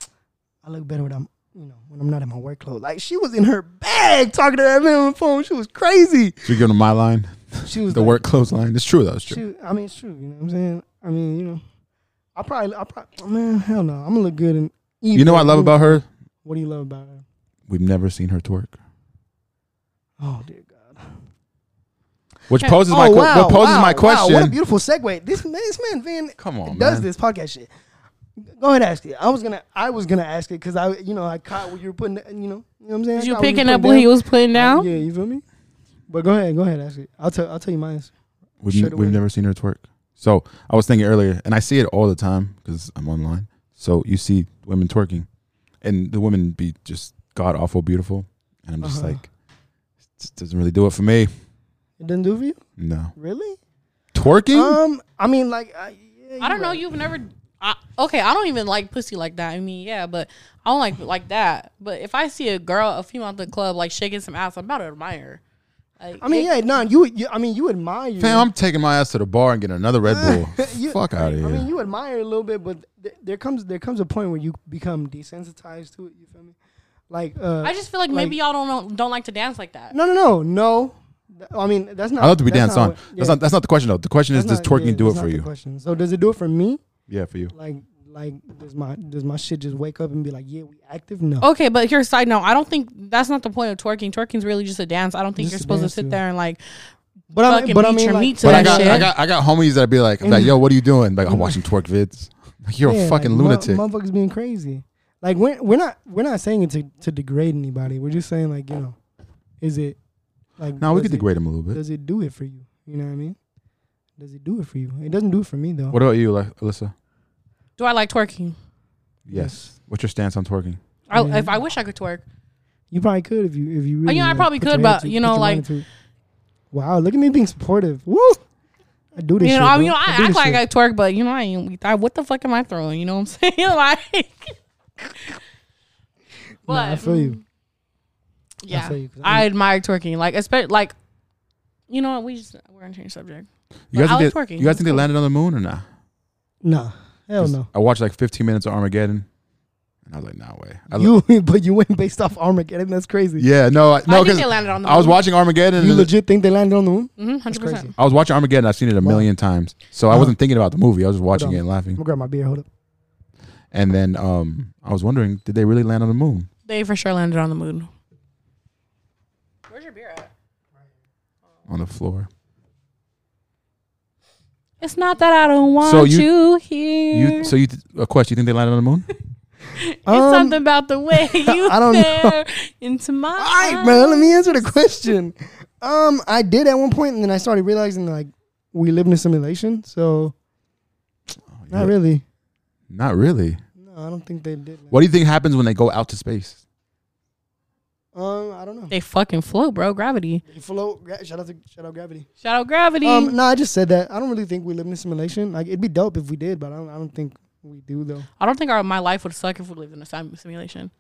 S1: I look better when I'm, you know, when I'm not in my work clothes. Like she was in her bag talking to that man on the phone. She was crazy.
S3: Should we give them my line?
S1: She was
S3: The
S1: like,
S3: work clothes line. It's true, though. It's true.
S1: Shoot, I mean, it's true. You know what I'm saying? I mean, you know, I probably, I probably, man, hell no, I'm gonna look good in. Either.
S3: You know what I love about her?
S1: What do you love about her?
S3: We've never seen her twerk.
S1: Oh dear God.
S3: Which
S2: Okay.
S3: poses my
S1: oh,
S3: que-
S1: wow,
S3: what poses
S1: wow,
S3: my
S1: Wow, what a
S3: question.
S1: beautiful segue. This man, this man, Van,
S3: Come on,
S1: does
S3: man.
S1: this podcast shit. Go ahead, ask it. I was gonna, I was gonna ask it because I, you know, I caught what you were putting, you know, you know what I'm saying. I
S2: You
S1: caught what
S2: picking
S1: were
S2: up
S1: putting
S2: what he
S1: down.
S2: was putting down?
S1: Yeah, you feel me? But go ahead, go ahead, ask it. I'll tell, I'll tell you my answer.
S3: We've,
S1: Straight
S3: n- we've
S1: away.
S3: never seen her twerk. So I was thinking earlier, and I see it all the time because I'm online. So you see women twerking, and the women be just god awful beautiful, and I'm just
S1: Uh-huh.
S3: like, it just doesn't really do it for me.
S1: It doesn't do for you,
S3: No
S1: really?
S3: twerking.
S1: Um, I mean, like, I, yeah,
S2: I don't know.
S1: right.
S2: You've never. I, okay, I don't even like pussy like that. I mean, yeah, but I don't like like that. But if I see a girl, a female at the club, like shaking some ass, I'm about to admire. her. Like,
S1: I mean,
S2: it-
S1: yeah, no, you, you. I mean, you admire.
S3: Fam, I'm taking my ass to the bar and getting another Red Bull.
S1: You-
S3: Fuck out of here.
S1: I mean, you admire it a little bit, but th- there comes there comes a point where you become desensitized to it. You feel me? Like, uh,
S2: I just feel like, maybe y'all don't know, don't like to dance like that.
S1: no, no, no, no. Th- I mean, that's not.
S3: I love to be
S1: that's
S3: danced on.
S1: what- yeah,
S3: That's not. That's not the question though. The question is,
S1: that's
S3: does
S1: not-
S3: twerking
S1: yeah,
S3: do it
S1: that's
S3: for
S1: not the
S3: you?
S1: question. So does it do it for me?
S3: Yeah, for you.
S1: Like, like does my does my shit just wake up and be like, yeah, we active? No.
S2: Okay, but here's a side note. I don't think that's not the point of twerking. Twerking's really just a dance. I don't think
S1: Just
S2: you're
S1: a
S2: supposed to
S1: dance,
S2: sit
S1: yeah.
S2: there and like
S1: but I mean,
S2: fucking
S1: but I
S2: beat
S1: mean,
S2: your
S1: like,
S2: meat to
S3: But
S2: that
S3: I got,
S2: shit.
S3: I got, I got homies that be like, I'm like, yo, what are you doing? Like, I'm watching twerk vids. Like, you're
S1: Mm. yeah,
S3: a fucking
S1: like, mo-
S3: lunatic.
S1: Motherfuckers being crazy. Like we're we're not we're not saying it to, to degrade anybody. We're just saying like you know, is it like
S3: no, we
S1: does
S3: could
S1: it-
S3: degrade him a little bit.
S1: does it do it for you? You know what I mean? Does it do it for you? It doesn't do it for me though.
S3: What about you, Aly- Alyssa?
S2: Do I like twerking?
S3: Yes. What's your stance on twerking?
S2: I,
S1: Yeah.
S2: If I wish I could twerk,
S1: You probably could if you if you really.
S2: know, Oh, I
S1: like,
S2: probably
S1: put your
S2: could,
S1: head
S2: but,
S1: to-
S2: you
S1: put
S2: know,
S1: your mind
S2: like-
S1: to it. Wow, look at me being supportive. Woo! I do
S2: you
S1: this.
S2: know,
S1: shit,
S2: I,
S1: bro.
S2: you know,
S1: do
S2: I act
S1: this
S2: like
S1: shit.
S2: I twerk, but you know, I, ain't- I what the fuck am I throwing? You know what I'm saying? like, but
S1: Nah, I feel you.
S2: mm, yeah,
S1: feel you, 'cause I
S2: I, admire twerking. Like, especially like, you know, what? we just we're gonna change subject.
S3: You guys,
S2: I
S3: think
S2: like
S3: they,
S2: twerking.
S3: you guys
S2: It's
S3: think they
S2: cool.
S3: landed on the moon or not?
S1: Nah, hell no.
S3: I watched like 15 minutes of Armageddon, and I was like, nah, way. I lo-
S1: You but you went based off Armageddon. That's crazy.
S3: yeah, no, I,
S2: I
S3: no,
S2: think
S3: because
S2: they landed on the. Mm-hmm,
S3: I was watching Armageddon.
S1: You
S3: and
S1: legit think they landed on the moon?
S2: hundred
S1: crazy.
S2: percent.
S3: I was watching Armageddon. I've seen it a
S1: Wow. Uh-huh.
S3: million times, so I
S1: Wow.
S3: wasn't thinking about the movie. I was just watching
S1: on.
S3: it and
S1: I'm
S3: laughing.
S1: gonna grab my beer. Hold up.
S3: And then um, I was wondering, did they really land on the moon?
S2: They for sure landed on the moon. Where's your beer at?
S3: On the floor.
S2: It's not that I don't want
S3: So
S2: you,
S3: you-
S2: here.
S3: You so you th- a question? You think they landed on the moon?
S2: it's
S1: Um,
S2: something about the way you
S1: I don't know.
S2: stare into my.
S1: All right,
S2: eyes.
S1: bro. Let me answer the question. Um, I did at one point, and then I started realizing like we live in a simulation. So not really.
S3: Not really.
S1: No, I don't think they did. Like,
S3: What do you think happens when they go out to space?
S1: Um, I don't know.
S2: They fucking float, bro. Gravity.
S1: They float. Gra- shout out to shout out gravity.
S2: Shout out gravity.
S1: Um, no, I just said that. I don't really think we live in a simulation. Like it'd be dope if we did, but I don't. I don't think we do though.
S2: I don't think our, my life would suck if we lived in a sim- simulation.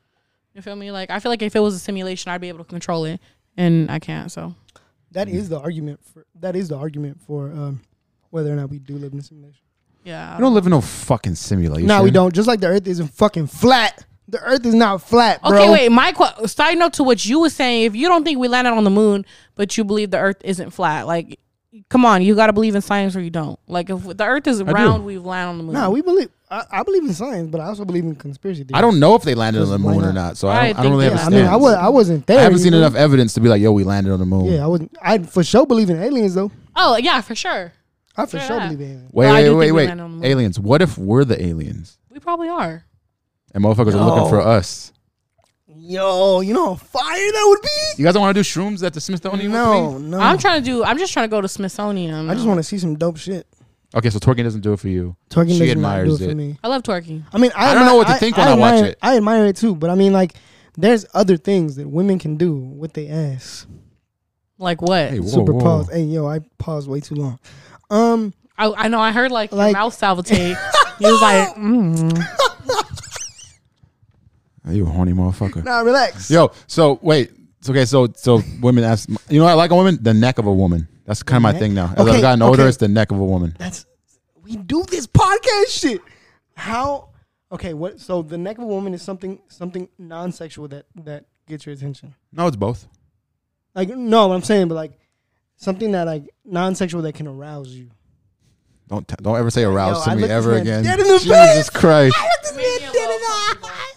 S2: You feel me? Like I feel like if it was a simulation, I'd be able to control it, and I can't. So
S1: That is the argument for. That is the argument for um, whether or not we do live in a simulation.
S2: yeah, I
S3: You don't live in no fucking simulation.
S1: No, we don't. Just like the Earth isn't fucking flat. The Earth is not flat, bro.
S2: Okay, wait. My qu- side note to what you were saying: if you don't think we landed on the moon, but you believe the Earth isn't flat, like, come on, you got to believe in science or you don't. Like, if the Earth is
S3: do.
S2: round, we've landed on the moon.
S1: No, we believe. I, I believe in science, but I also believe in conspiracy theories.
S3: I don't know if they landed on the
S1: Because why
S3: moon or
S1: not?
S3: not. So
S2: I
S3: I don't, I
S2: think
S3: don't really
S2: they
S3: have a
S1: Yeah, I
S3: stance.
S1: mean, I was. I wasn't there.
S3: I haven't
S1: you
S3: seen
S1: know?
S3: enough evidence to be like, yo, we landed on the moon.
S1: Yeah, I wasn't. I for sure believe in aliens though.
S2: oh yeah, for sure.
S1: I for
S2: Yeah.
S1: sure believe in aliens.
S3: Wait,
S2: Well, I do
S3: wait,
S2: think
S3: wait,
S2: we
S3: wait.
S2: landed on the moon.
S3: Aliens. What if we're the aliens
S2: We probably are.
S3: and motherfuckers are looking for us?
S1: Yo, you know how fire that would be.
S3: You guys don't want to do shrooms at the Smithsonian? With
S1: No,
S3: me?
S1: no.
S2: I'm trying to do. I'm just trying to go to Smithsonian.
S1: Uh. I just want to see some dope shit.
S3: Okay, so twerking doesn't do it for you.
S1: Twerking
S3: She
S1: does not do
S3: admires
S1: it for
S3: it.
S1: me.
S2: I love twerking.
S1: I mean, I,
S3: I don't know
S1: admi-
S3: what to think when I watch
S1: admire,
S3: it.
S1: I admire it too, but I mean, like, there's other things that women can do with their ass.
S2: Like what?
S3: Hey, whoa,
S1: Super
S3: whoa.
S1: pause. Hey, yo, I paused way too long. Um,
S2: I, I know. I heard like, your
S1: Like-
S2: mouth salivate. he was like, mm.
S3: Oh, you a horny motherfucker.
S1: Nah, relax.
S3: Yo, so wait. It's okay, so so women ask. You know, what I like a woman. The neck of a woman. That's kind of my
S1: neck?
S3: thing now. As
S1: Okay,
S3: I've gotten older,
S1: okay.
S3: it's the neck of a woman.
S1: That's we do this podcast shit. How? Okay, what? So the neck of a woman is something something non-sexual that that gets your attention.
S3: No, it's both.
S1: Like no, what I'm saying, but like something that like non-sexual that can arouse you.
S3: Don't t- don't ever say arouse
S1: Yo,
S3: to
S1: I
S3: me
S1: looked
S3: ever
S1: this man
S3: again.
S1: dead in the
S3: Jesus
S1: face.
S3: Christ.
S1: looked this man dead in the eyes.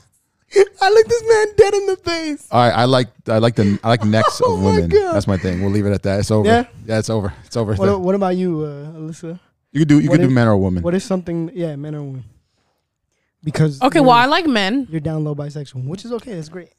S1: I looked this man dead in the face.
S3: All right, I like I like the I like necks
S1: Oh
S3: of
S1: my
S3: women.
S1: God.
S3: That's my thing. We'll leave it at that. It's over.
S1: Yeah?
S3: Yeah, it's over. It's over.
S1: What, what about you, uh, Alyssa?
S3: you could do you
S1: what
S3: could do
S1: if-
S3: men or women.
S1: What is something? Yeah, men or women? Because
S2: Okay,
S1: you're-
S2: well, I like men.
S1: you're down low bisexual, which is okay. That's great.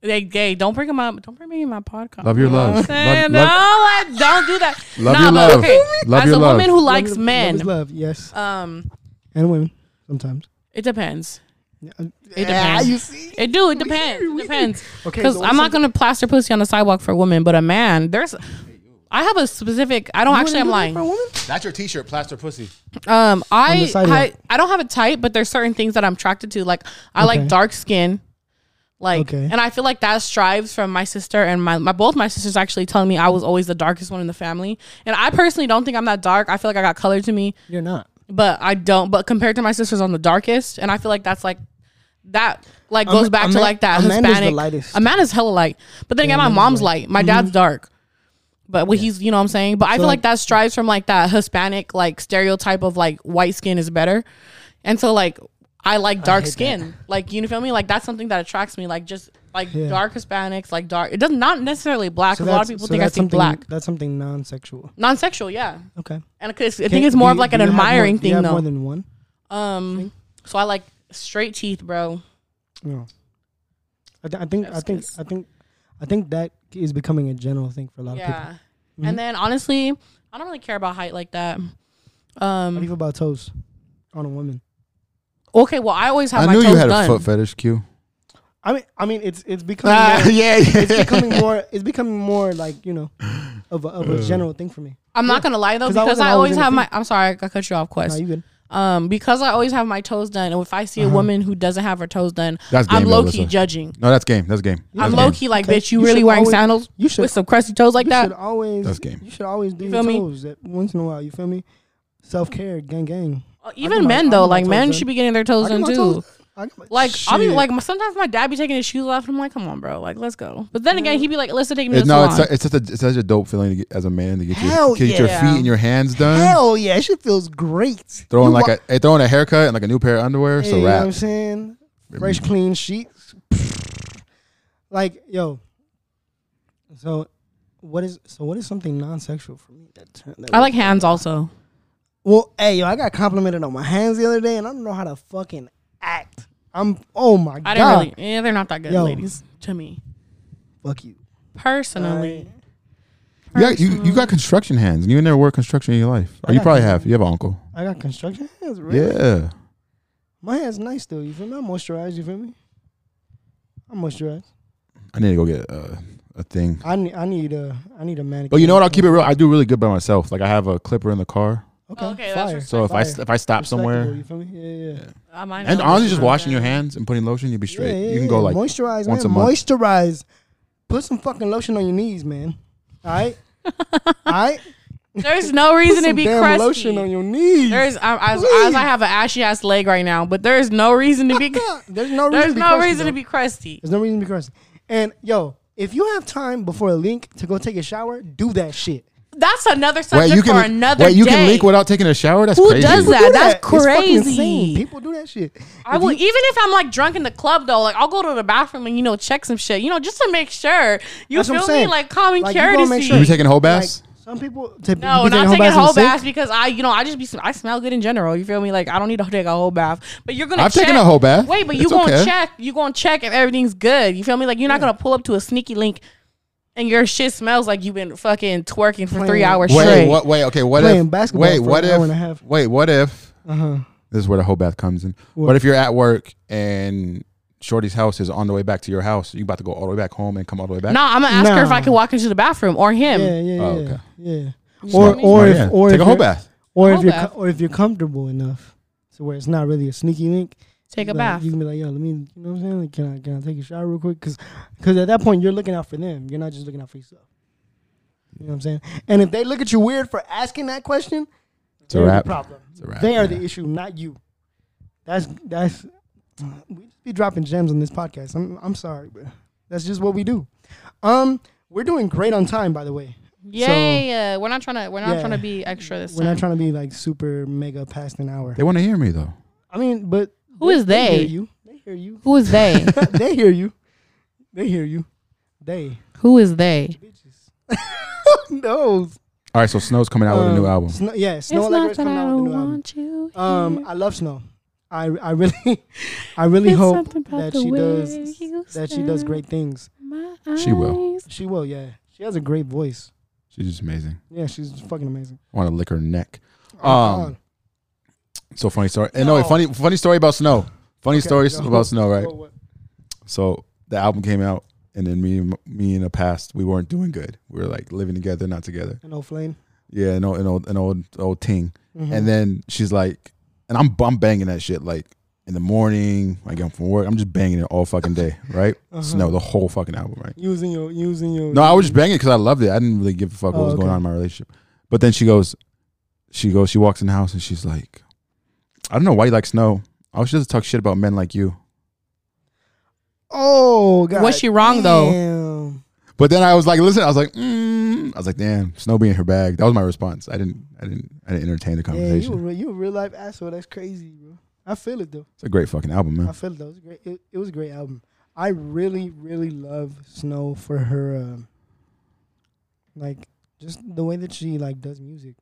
S2: They gay. Don't bring them up. Don't bring me in my podcast.
S3: Love your
S2: You know
S3: love.
S2: what I'm saying?
S3: Love- love-
S2: no, I don't do that.
S3: Love
S2: nah,
S3: your
S2: but
S3: love.
S2: Okay.
S3: Love
S2: As
S3: your
S2: a
S3: love.
S2: woman who likes
S1: Love is-
S2: men,
S1: love is love, yes,
S2: um,
S1: and women sometimes.
S2: it depends.
S1: Yeah,
S2: depends.
S1: you see.
S2: It do. It
S1: We
S2: depends.
S1: here,
S2: It
S1: we
S2: depends.
S1: Okay,
S2: Because
S1: so what's
S2: I'm not
S1: something-
S2: gonna plaster pussy on the sidewalk for a woman, but a man. There's. I have a specific. I don't actually. I'm lying.
S3: That's your T-shirt, plaster pussy.
S2: Um,
S1: the
S2: I,
S1: sidewalk.
S2: I I don't have a type, but there's certain things that I'm attracted to. Like I
S1: Okay.
S2: like dark skin, like,
S1: Okay.
S2: and I feel like that strives from my sister and my, my both my sisters actually telling me I was always the darkest one in the family. And I personally don't think I'm that dark. I feel like I got color to me,
S1: You're not.
S2: but I don't. But compared to my sisters, I'm the darkest, and I feel like that's like that like
S1: Ama-
S2: goes back
S1: Ama-
S2: to like that
S1: Amanda's the
S2: Hispanic.
S1: lightest.
S2: Amanda's hella light, but then again, my mom's light.
S1: Mm-hmm.
S2: My dad's dark. But what he's, you know what I'm saying? But I feel
S1: like-
S2: like that strives from like that Hispanic like stereotype of like white skin is better. And so like I like dark skin. Like you feel me? Like that's something that attracts me. Like just like
S1: Yeah.
S2: dark Hispanics, like dark. It does not necessarily black. 'cause a lot
S1: that's-
S2: of people
S1: so
S2: think I
S1: that's
S2: think
S1: something-
S2: black.
S1: That's something non-sexual.
S2: Non-sexual, yeah.
S1: Okay.
S2: And 'cause I think it's more of like an admiring
S1: you
S2: thing
S1: have
S2: though.
S1: More than one.
S2: um so I like straight teeth, bro.
S1: No. I, th- I think. I
S2: That's
S1: think.
S2: good.
S1: I think. I think that is becoming a general thing for a lot of people. Mm-hmm.
S2: Yeah. And then honestly, I don't really care about height like that.
S1: Mm. How do you
S2: Um
S1: feel about toes on a woman?
S2: okay, well I always have
S3: I
S2: my
S3: knew
S2: toes
S3: you had
S2: done.
S3: a foot fetish, Q.
S1: I mean, I mean, it's it's becoming
S3: Ah,
S1: more,
S3: yeah,
S1: it's
S3: yeah.
S1: becoming more it's becoming more like you know of a, of
S3: Uh.
S1: a general thing for me.
S2: I'm not gonna lie though,
S1: 'Cause I
S2: because
S1: wasn't
S2: I,
S1: always
S2: always
S1: in the
S2: have my.
S1: field.
S2: I'm sorry, I cut you off,
S1: Nah,
S2: Quest.
S1: you Uh-huh. good?
S2: um, because I always have my toes done, and if I see a woman who doesn't have her toes done,
S3: That's
S2: I'm
S3: game,
S2: low key
S3: Alyssa.
S2: judging.
S3: No, that's game. That's game. That's
S2: I'm
S3: game.
S2: low key like,
S1: Okay.
S2: bitch, you,
S1: You
S2: really
S1: should
S2: wearing
S1: always-
S2: sandals
S1: you should-
S2: with some crusty toes like
S1: you
S2: that?
S1: should always
S3: That's game.
S1: You should always do
S2: You
S1: your
S2: feel me?
S1: toes that once in a while. You feel me? Self care, gang, gang.
S2: Uh,
S1: I get
S2: Even
S1: my- I
S2: men
S1: get
S2: though,
S1: my
S2: like
S1: toes
S2: men
S1: done.
S2: should be getting their
S1: I
S2: toes
S1: get
S2: done
S1: my
S2: too.
S1: toes- I get my-
S2: Like I'll be
S1: Shit.
S2: like, my- sometimes my dad be taking his shoes off, and I'm like, come on, bro, like let's go. But then again, he'd be like, listen, take me to
S3: It,
S2: the
S3: no,
S2: salon.
S3: it's, su- it's such a it's such a dope feeling to get, as a man to get
S1: Hell
S3: your get your
S2: yeah.
S3: feet and your hands done.
S1: hell yeah, that shit feels great.
S3: Throwing
S1: You
S3: like
S1: wa-
S3: a hey, throwing a haircut and like a new pair of underwear.
S1: Hey,
S3: so
S1: you know what I'm
S3: rap.
S1: saying? Fresh, clean sheets. like, yo. So, what is so? What is something non-sexual for me? That, turn- that
S2: I like hands also.
S1: Well, hey, yo, I got complimented on my hands the other day, and I don't know how to fucking act. I'm. Oh my god.
S2: I didn't really. Yeah, they're not that good,
S1: Yo.
S2: ladies, to me
S1: Fuck you.
S2: personally.
S3: You got, you, you got construction hands. You never worked construction in your life. Or you
S1: got
S3: probably
S1: hands.
S3: have. You have an uncle.
S1: I got construction hands. Really?
S3: Yeah.
S1: My hair's nice though. You feel me? I moisturize. You feel me? I moisturize.
S3: I need to go get uh, a thing.
S1: I need. I need a. I need a manicure.
S3: But you know what? I'll keep it real. I do really good by myself. Like I have a clipper in the car.
S1: Okay.
S2: Oh, Okay, that's
S1: fire.
S2: respect-
S3: So if I
S1: Fire.
S3: if I stop
S1: Respectable,
S3: somewhere
S1: You feel me? Yeah, yeah. yeah.
S2: I might
S3: and
S2: not
S3: honestly, just
S2: know
S3: washing your
S2: that.
S3: hands and putting lotion, you'll be straight.
S1: Yeah, yeah,
S3: you can go
S1: yeah.
S3: like
S1: moisturize,
S3: once
S1: man.
S3: a month.
S1: Moisturize. Put some fucking lotion on your knees, man. All right. All right.
S2: There's no reason to
S1: some
S2: be
S1: damn
S2: crusty.
S1: lotion on your knees.
S2: There's um, as,
S1: Please.
S2: as I have an ashy ass leg right now, but there's no reason to be.
S1: There's no reason.
S2: there's
S1: to be
S2: no
S1: crusty,
S2: reason to
S1: though.
S2: be crusty.
S1: There's no reason to be crusty. And yo, if you have time before a link to go take a shower, do that shit.
S2: That's another subject
S3: wait you
S2: for
S3: can
S2: another
S3: wait you
S2: day.
S3: can leak without taking a shower. That's
S2: Who
S3: crazy.
S2: does that?
S1: People do
S2: That's
S1: It's fucking
S2: crazy.
S1: insane. People do that shit.
S2: I will, even if I'm like drunk in the club though, like I'll go to the bathroom and you know check some shit, you know, just to make sure. You
S1: That's what I'm
S2: feel me?
S1: saying.
S2: Like common
S1: Like, you gonna
S2: courtesy.
S1: make sure-
S3: You be taking a whole baths?
S1: Like, some people take,
S2: No,
S1: you
S2: not
S1: take
S2: taking a whole
S1: bath.
S2: bath because I, you know, I just be, sm- I smell good in general. You feel me? Like I don't need to take a whole bath, but you're gonna.
S3: I've
S2: check.
S3: taken a whole bath.
S2: Wait, but you
S3: It's
S2: gonna
S3: okay.
S2: check? You gonna check if everything's good? You feel me? Like you're not gonna pull up to a sneaky link, and your shit smells like you've been fucking twerking for three
S1: Playing-
S2: hours
S3: Wait,
S2: straight.
S3: what? Wait, okay. What
S1: Playing
S3: if?
S1: basketball
S3: wait,
S1: for
S3: what
S1: an
S3: if?
S1: hour and a half.
S3: Wait, what if?
S1: Uh huh.
S3: This is where the whole bath comes in. What? if you're at work and Shorty's house is on the way back to your house? You about to go all the way back home and come all the way back?
S2: Nah, I'm gonna ask her if
S1: Nah.
S2: I can walk into the bathroom or him.
S1: Yeah, yeah, yeah,
S3: Oh, okay.
S1: yeah.
S3: Smart.
S1: Or or
S3: Smart,
S1: if
S3: yeah.
S1: or
S3: take
S1: if
S3: a whole
S1: you're-
S3: bath.
S1: or if
S2: Whole
S1: you're
S2: bath.
S1: co- or if you're comfortable enough to where it's not really a sneaky link.
S2: Take a
S1: like,
S2: bath.
S1: You can be like, yo, let me, you know what I'm saying? Like, can I can I take a shower real quick? Because at that point you're looking out for them. You're not just looking out for yourself. You know what I'm saying? And if they look at you weird for asking that question,
S3: It's a
S1: they're
S3: wrap.
S1: the problem.
S3: a wrap,
S1: they are
S3: yeah.
S1: the issue, not you. That's that's we just be dropping gems on this podcast. I'm I'm sorry, but that's just what we do. Um, we're doing great on time, by the way.
S2: Yay! uh, we're not trying to. We're not
S1: Yeah.
S2: trying to be extra this
S1: We're
S2: time.
S1: not trying to be like super mega past an hour.
S3: They want to hear me though.
S1: I mean, but
S2: Who is
S1: They
S2: they?
S1: hear you. They hear you.
S2: Who is they?
S1: they hear you. They hear you. They
S2: Who is they?
S1: bitches. no.
S3: All right, so Snow's coming out with a new
S1: Um,
S3: album.
S1: Snow, yeah, Snow Allegra is coming out with a new album.
S2: you.
S1: Um, I love Snow. I I really, I really hope that she does that she does great things.
S3: She will.
S1: She will. Yeah, she has a great voice.
S3: She's just amazing.
S1: Yeah, she's fucking amazing.
S3: I want to lick her neck.
S1: Oh,
S3: Um, So funny story. And no, wait, funny funny story about Snow. Funny
S1: Okay,
S3: story
S1: go.
S3: about Snow, right?
S1: Whoa, what-
S3: So the album came out, and then me and me in the past we weren't doing good. We were like living together, not together.
S1: An old flame.
S3: Yeah, an old an old an old, old ting.
S1: Mhm.
S3: And then she's like, and I'm I'm banging that shit like in the morning, like I'm from work, I'm just banging it all fucking day, right?
S1: Uh-huh.
S3: Snow the whole fucking album, right?
S1: using your using your.
S3: No, I was just banging because I loved it. I didn't really give a fuck
S1: Oh,
S3: what was going
S1: okay.
S3: on in my relationship. But then she goes, she goes, she walks in the house and she's like, I don't know why you like Snow. I was just talk shit about men like you.
S1: Oh god.
S2: Was she wrong, though?
S1: though?
S3: But then I was like, listen, I was like, mm. I was like, damn, Snow be in her bag. That was my response. I didn't, I didn't, I didn't entertain the
S1: Yeah, you
S3: conversation.
S1: a, re- you a real life asshole. That's crazy, bro. I feel it though.
S3: it's a great fucking album,
S1: I
S3: man.
S1: feel it though. It was a great. It, it was a great album. I really, really love Snow for her, um, like just the way that she like does music.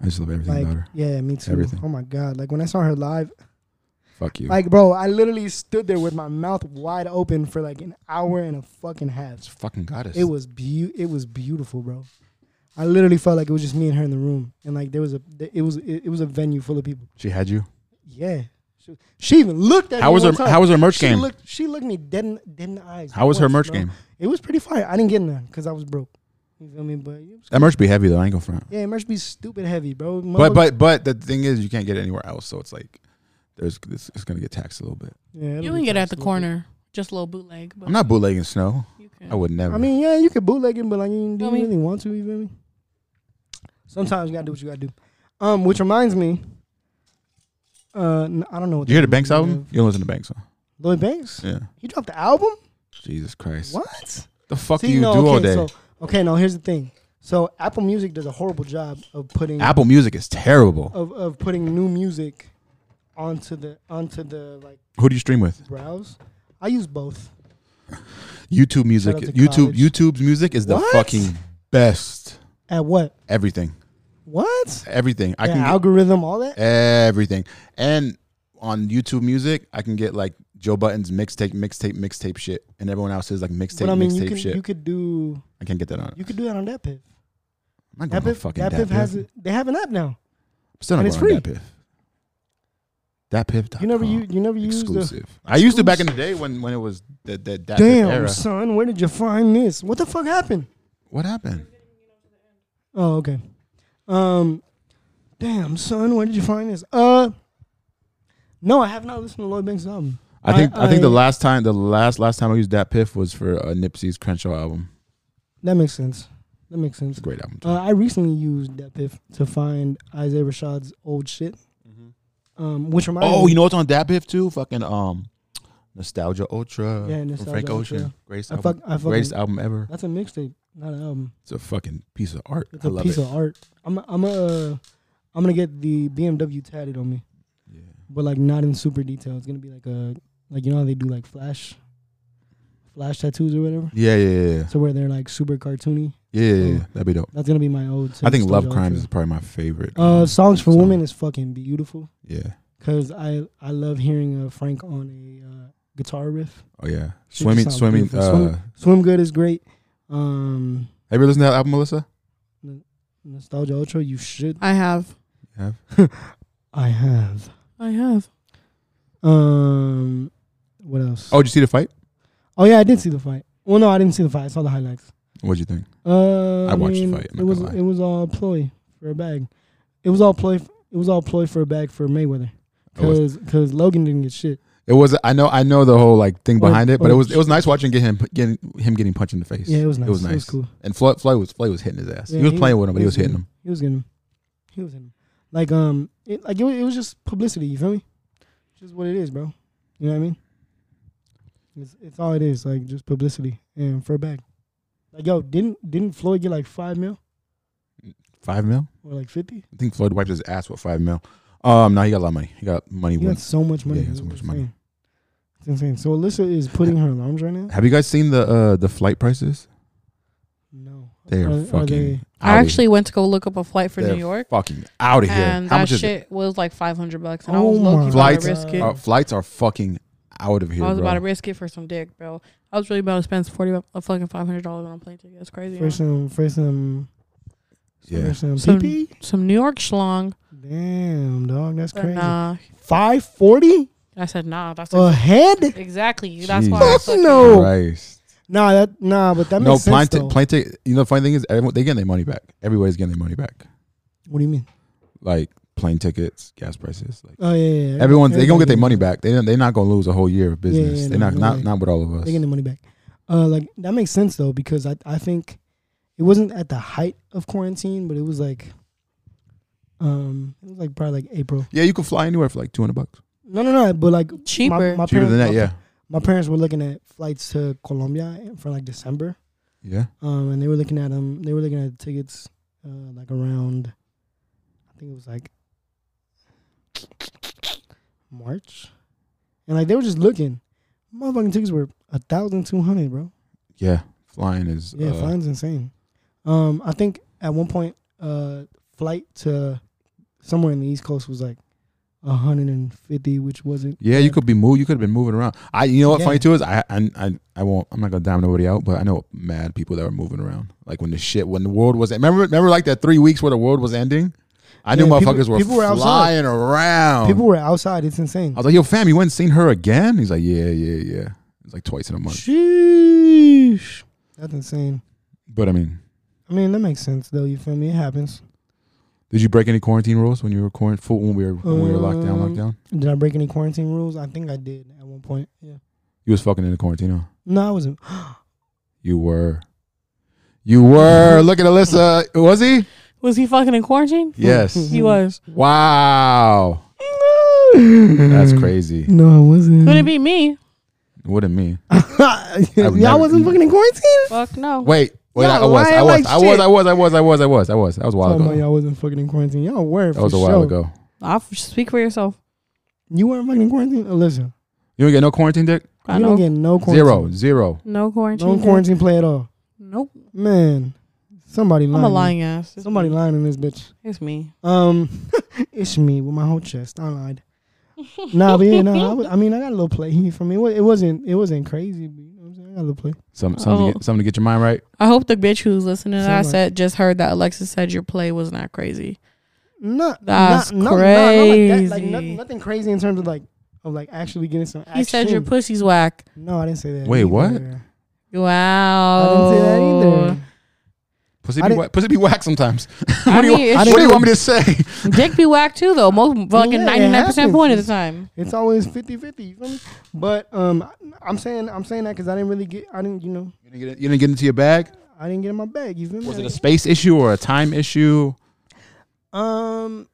S3: I just love everything
S1: Like,
S3: about her.
S1: yeah, me too.
S3: Everything.
S1: Oh my god! Like when I saw her live,
S3: Fuck you.
S1: like bro, I literally stood there with my mouth wide open for like an hour and a fucking
S3: it's
S1: half.
S3: a fucking goddess.
S1: It was beau. It was beautiful, bro. I literally felt like it was just me and her in the room, and like there was a, it was, it, it was a venue full of people.
S3: she had you.
S1: Yeah. She, she even looked at
S3: How
S1: me.
S3: was her?
S1: one time.
S3: How was her merch
S1: she
S3: game?
S1: Looked, she looked me dead in, dead in the eyes.
S3: How was her
S1: once,
S3: merch
S1: bro.
S3: game?
S1: It was pretty fire. I didn't get none because I was broke. You feel me? But it was-
S3: That merch be heavy though. I ain't gonna front.
S1: yeah, merch be stupid heavy, bro.
S3: But
S1: Motherfucker-
S3: but but the thing is, you can't get it anywhere else. So it's like there's it's, it's gonna get taxed a little bit.
S1: yeah, it'll
S2: You
S1: be
S2: can get it
S1: fire
S2: at the
S1: stupid.
S2: corner. Just a little bootleg. But
S3: I'm not bootlegging snow.
S2: You
S3: I
S2: can.
S3: would never.
S1: I mean, yeah, you can bootleg it, but like you
S2: I
S1: don't
S2: mean-
S1: really want to. You feel me? Sometimes you gotta do what you gotta do. Um, which reminds me, uh, n- I don't know. What
S3: you hear the
S1: name
S3: Banks
S1: of-
S3: album? You don't listen to Banks. Huh?
S1: Lloyd Banks.
S3: Yeah.
S1: He dropped the album.
S3: Jesus Christ.
S1: What?
S3: the fuck
S1: See,
S3: do you
S1: no,
S3: do all
S1: okay,
S3: day?
S1: So, okay, no, here's the thing. So Apple Music does a horrible job of putting
S3: Apple Music is terrible.
S1: of, of putting new music onto the onto the like
S3: Who do you stream with?
S1: browse. I use both.
S3: YouTube Music.
S1: out to
S3: YouTube
S1: college.
S3: YouTube's music is the
S1: What?
S3: fucking best.
S1: At what?
S3: Everything.
S1: What?
S3: Everything. I
S1: Yeah,
S3: can get
S1: algorithm, all that.
S3: everything. And on YouTube Music, I can get like Joe Button's mixtape, mixtape, mixtape shit, and everyone else's like mixtape,
S1: But I mean, you
S3: mixtape
S1: could
S3: shit.
S1: you could do
S3: I can't get that on.
S1: you could do that on that piff.
S3: I'm
S1: That
S3: not going on
S1: piff,
S3: fucking
S1: that piff has
S3: it.
S1: a, they have an app now.
S3: Still not
S1: and it's
S3: going on that piff. That piff.
S1: You never you you never use the
S3: exclusive. I used it back in the day when when it was the the that Piff
S1: damn
S3: era.
S1: son. Where did you find this? What the fuck happened?
S3: What happened?
S1: Oh okay. Um, damn son. Where did you find this? Uh, no, I have not listened to Lloyd Banks' album.
S3: I think I, think the
S1: I-
S3: last time the last last time I used that piff was for uh, Nipsey's Crenshaw album.
S1: That makes sense. That makes sense.
S3: It's a great album. Too.
S1: Uh, I recently used that piff to find Isaiah Rashad's old shit,
S3: Mm-hmm.
S1: um, which reminds
S3: oh,
S1: me.
S3: you know what's on that piff too? Fucking um, Nostalgia Ultra.
S1: Yeah,
S3: from
S1: Nostalgia
S3: Frank Ocean.
S1: Ultra.
S3: Greatest
S1: I
S3: album.
S1: fuck- I fucking-
S3: greatest album ever.
S1: that's a mixtape, not an album.
S3: It's a fucking piece of art.
S1: It's
S3: I
S1: a
S3: love
S1: piece
S3: it.
S1: of art. I'm I'm uh, I'm gonna get the BMW tatted on me,
S3: Yeah.
S1: but like not in super detail. It's gonna be like a like you know how they do like flash, flash tattoos or whatever.
S3: Yeah, yeah, yeah, yeah,
S1: So where they're like super cartoony.
S3: yeah, yeah, yeah.
S1: Mm.
S3: That'd be dope.
S1: That's gonna be my old.
S3: I think Love
S1: Nostalgia
S3: Crimes is
S1: Ultra.
S3: probably my favorite.
S1: Uh,
S3: um,
S1: songs for
S3: song.
S1: women is fucking beautiful
S3: Yeah.
S1: because I I love hearing uh, Frank on a uh, guitar riff.
S3: Oh yeah.
S1: just
S3: Swimming,
S1: sounds
S3: swimming.
S1: beautiful.
S3: Uh,
S1: Swim- Swim Good is great. Um,
S3: Have you listened to that album, Melissa?
S1: Nostalgia Ultra, you should.
S2: I have.
S3: Yeah.
S1: I have.
S2: I have.
S1: Um, what else?
S3: Oh, did you see the fight?
S1: Oh, yeah, I did see the fight. Well, no, I didn't see the fight. I saw the highlights.
S3: What'd you think?
S1: Uh,
S3: I watched the
S1: mean,
S3: fight, I'm not
S1: It was
S3: gonna lie.
S1: it was all ploy for a bag. It was all ploy. It was all ploy for a bag for Mayweather
S3: I was-
S1: because Logan didn't get shit.
S3: It was I know I know the whole like thing
S1: Or-
S3: behind it, but
S1: or-
S3: it was it was nice watching get him getting him getting punched in the face.
S1: oh. Yeah, it was nice.
S3: It was nice.
S1: cool.
S3: And Floyd, Floyd was Floyd was hitting his ass.
S1: Yeah,
S3: he was playing with him, but he was hitting
S1: getting
S3: him.
S1: He was getting him. He was hitting him. Like um, it, like it, wa- it was just publicity. You feel me? Just what it is, bro. You know what I mean? It's, it's all it is, like just publicity and for a bag. Like yo, didn't didn't Floyd get like five mil
S3: Five mil?
S1: or like fifty?
S3: I think Floyd wiped his ass with five mil. Um, no, he got a lot of money. He got money.
S1: He got
S3: with
S1: so much money.
S3: Yeah, he got
S1: it's
S3: so much
S1: insane.
S3: money.
S1: It's insane. So Alyssa is putting her alarms right now.
S3: Have you guys seen the uh the flight prices?
S1: No,
S3: They are,
S1: Are- are
S3: fucking.
S1: they-
S2: I
S3: outta
S2: actually went to go look up a flight for
S3: here.
S2: New
S3: They're
S2: York,
S3: Fucking out of here.
S2: and
S3: How
S2: that
S3: much is it?
S2: shit was like five hundred bucks, and I
S1: Oh
S2: was
S1: my
S2: low key about
S3: Flights
S2: to risk it.
S3: Our flights are fucking out of here.
S2: I was
S3: bro.
S2: about to risk it for some dick, bro. I was really about to spend forty, bu- a fucking five hundred dollars on a plane ticket. That's crazy.
S1: for
S2: huh?
S1: some for some
S3: Yeah.
S1: for some
S2: Some-
S1: PP.
S2: Some New York schlong.
S1: Damn, dog, that's
S2: but
S1: crazy. Oh,
S2: Nah,
S1: Five forty
S2: I said nah. That's
S1: a head.
S2: exactly. That's
S3: Jeez.
S2: why. I
S1: Fuck
S2: fucking-
S1: no.
S3: Christ.
S1: Nah, that nah, but Oh, that makes
S3: No,
S1: sense.
S3: plane
S1: though.
S3: ticket. Plane ticket. You know, the funny thing is, everyone they getting their money back. Everybody's getting their money back.
S1: what do you mean?
S3: Like plane tickets, gas prices. Like
S1: Oh yeah, yeah. yeah.
S3: everyone, they gonna get their
S1: Everybody
S3: money
S1: getting-
S3: back. They they're not gonna lose a whole year of
S1: Yeah, yeah,
S3: business.
S1: yeah,
S3: they're
S1: no,
S3: not
S1: no
S3: not
S1: way.
S3: not with all of us.
S1: They getting their money back. Uh, like that makes sense though because I I think it wasn't at the height of quarantine, but it was like, um, it was like probably like April.
S3: Yeah, you can fly anywhere for like two hundred bucks.
S1: No, no, no. But like
S2: Cheaper.
S1: my, my
S3: Cheaper
S1: parents,
S3: than that,
S1: my-
S3: yeah,
S1: My parents were looking at flights to Colombia for like December.
S3: yeah.
S1: Um, and they were looking at them. They were looking at tickets, uh, like around. I think it was like March, and like they were just looking. Motherfucking tickets were a thousand two hundred, bro.
S3: Yeah, flying is
S1: Yeah,
S3: uh,
S1: flying's insane. Um, I think at one point, uh, flight to somewhere in the East Coast was like hundred and fifty, which wasn't.
S3: Yeah, you
S1: bad.
S3: could be moved. You could have been moving around. I, you know what?
S1: Yeah.
S3: Funny too is I, I, I, I won't. I'm not gonna dime nobody out, but I know mad people that were moving around. Like when the shit, when the world was. Remember, remember, like that three weeks where the world was ending. I knew
S1: Yeah, people-
S3: motherfuckers were,
S1: people were outside.
S3: flying around.
S1: People were outside. It's insane.
S3: I was like, "Yo, fam, you went and seen her again?" He's like, "Yeah, yeah, yeah." It's like twice in a month.
S1: Sheesh, that's insane.
S3: But I mean,
S1: I mean, that makes sense though. You feel me? It happens.
S3: did you break any quarantine rules when you were quarant- full when we were when we were locked down?
S1: Um,
S3: Locked down.
S1: Did I break any quarantine rules? I think I did at one point. Yeah.
S3: You was fucking in the quarantine. huh?
S1: No, I wasn't.
S3: You were. You were. Look at Alyssa. Was he?
S2: Was he fucking in quarantine?
S3: Yes.
S2: He was.
S3: Wow. That's
S1: That's
S3: crazy.
S1: No, I wasn't.
S2: Could it be me?
S3: What it mean?
S1: Y'all
S3: never-
S1: wasn't fucking in quarantine.
S2: Fuck no.
S3: Wait, wait, I, I
S1: Y'all
S3: was, I
S1: lying
S3: was,
S1: like
S3: I was,
S1: shit.
S3: I was, I was, I was, I was, I was. That was a while
S1: Talking about
S3: ago.
S1: y'all wasn't fucking in quarantine. Y'all were.
S3: That was a while ago.
S2: I'll f- speak for yourself.
S1: You weren't fucking in quarantine, Alyssa.
S3: You ain't get no quarantine dick?
S2: I
S1: you don't
S2: know.
S1: get no quarantine.
S3: Zero, zero.
S2: No quarantine.
S1: No
S2: day.
S1: quarantine play at all.
S2: Nope.
S1: Man, somebody lying.
S2: I'm a lying ass. It's
S1: Somebody
S2: me.
S1: lying in this bitch.
S2: It's me.
S1: Um, it's me with my whole chest. I lied. nah, but yeah, nah. I, was, I mean, I got a little play from me. It wa- it wasn't. It wasn't crazy. But you know what I'm saying? I got a little play.
S3: Some, something,
S2: Oh.
S3: to get, something to get your mind right.
S2: I hope the bitch who's listening to
S1: Sound
S2: that
S1: like-
S2: said just heard that Alexis said your play was not crazy.
S1: Not
S2: That's
S1: not, not- Not, not like that. Like
S2: crazy.
S1: nothing, nothing crazy in terms of like of like actually getting some. Action.
S2: He said your pussy's whack.
S1: No, I didn't say that.
S3: Wait, what?
S1: either. I
S2: Wow.
S1: didn't say that
S2: Oh.
S1: either.
S3: Pussy
S1: I
S3: be,
S1: didn't-
S3: whack, pussy be whack sometimes.
S2: I
S3: what do you,
S2: mean,
S3: want-
S2: it's
S3: what do you
S2: true.
S3: want me to say?
S2: Dick be whack too though. Most
S1: Yeah,
S2: fucking
S1: it
S2: ninety nine percent point of the
S1: happens.
S2: time.
S1: It's always 50-50, you feel me? But um, I- I'm saying I'm saying that because I didn't really get. I didn't, you know,
S3: You didn't, get, you didn't get into your bag?
S1: I didn't get in my bag. You feel me?
S3: Was it a space issue or a time issue?
S1: um,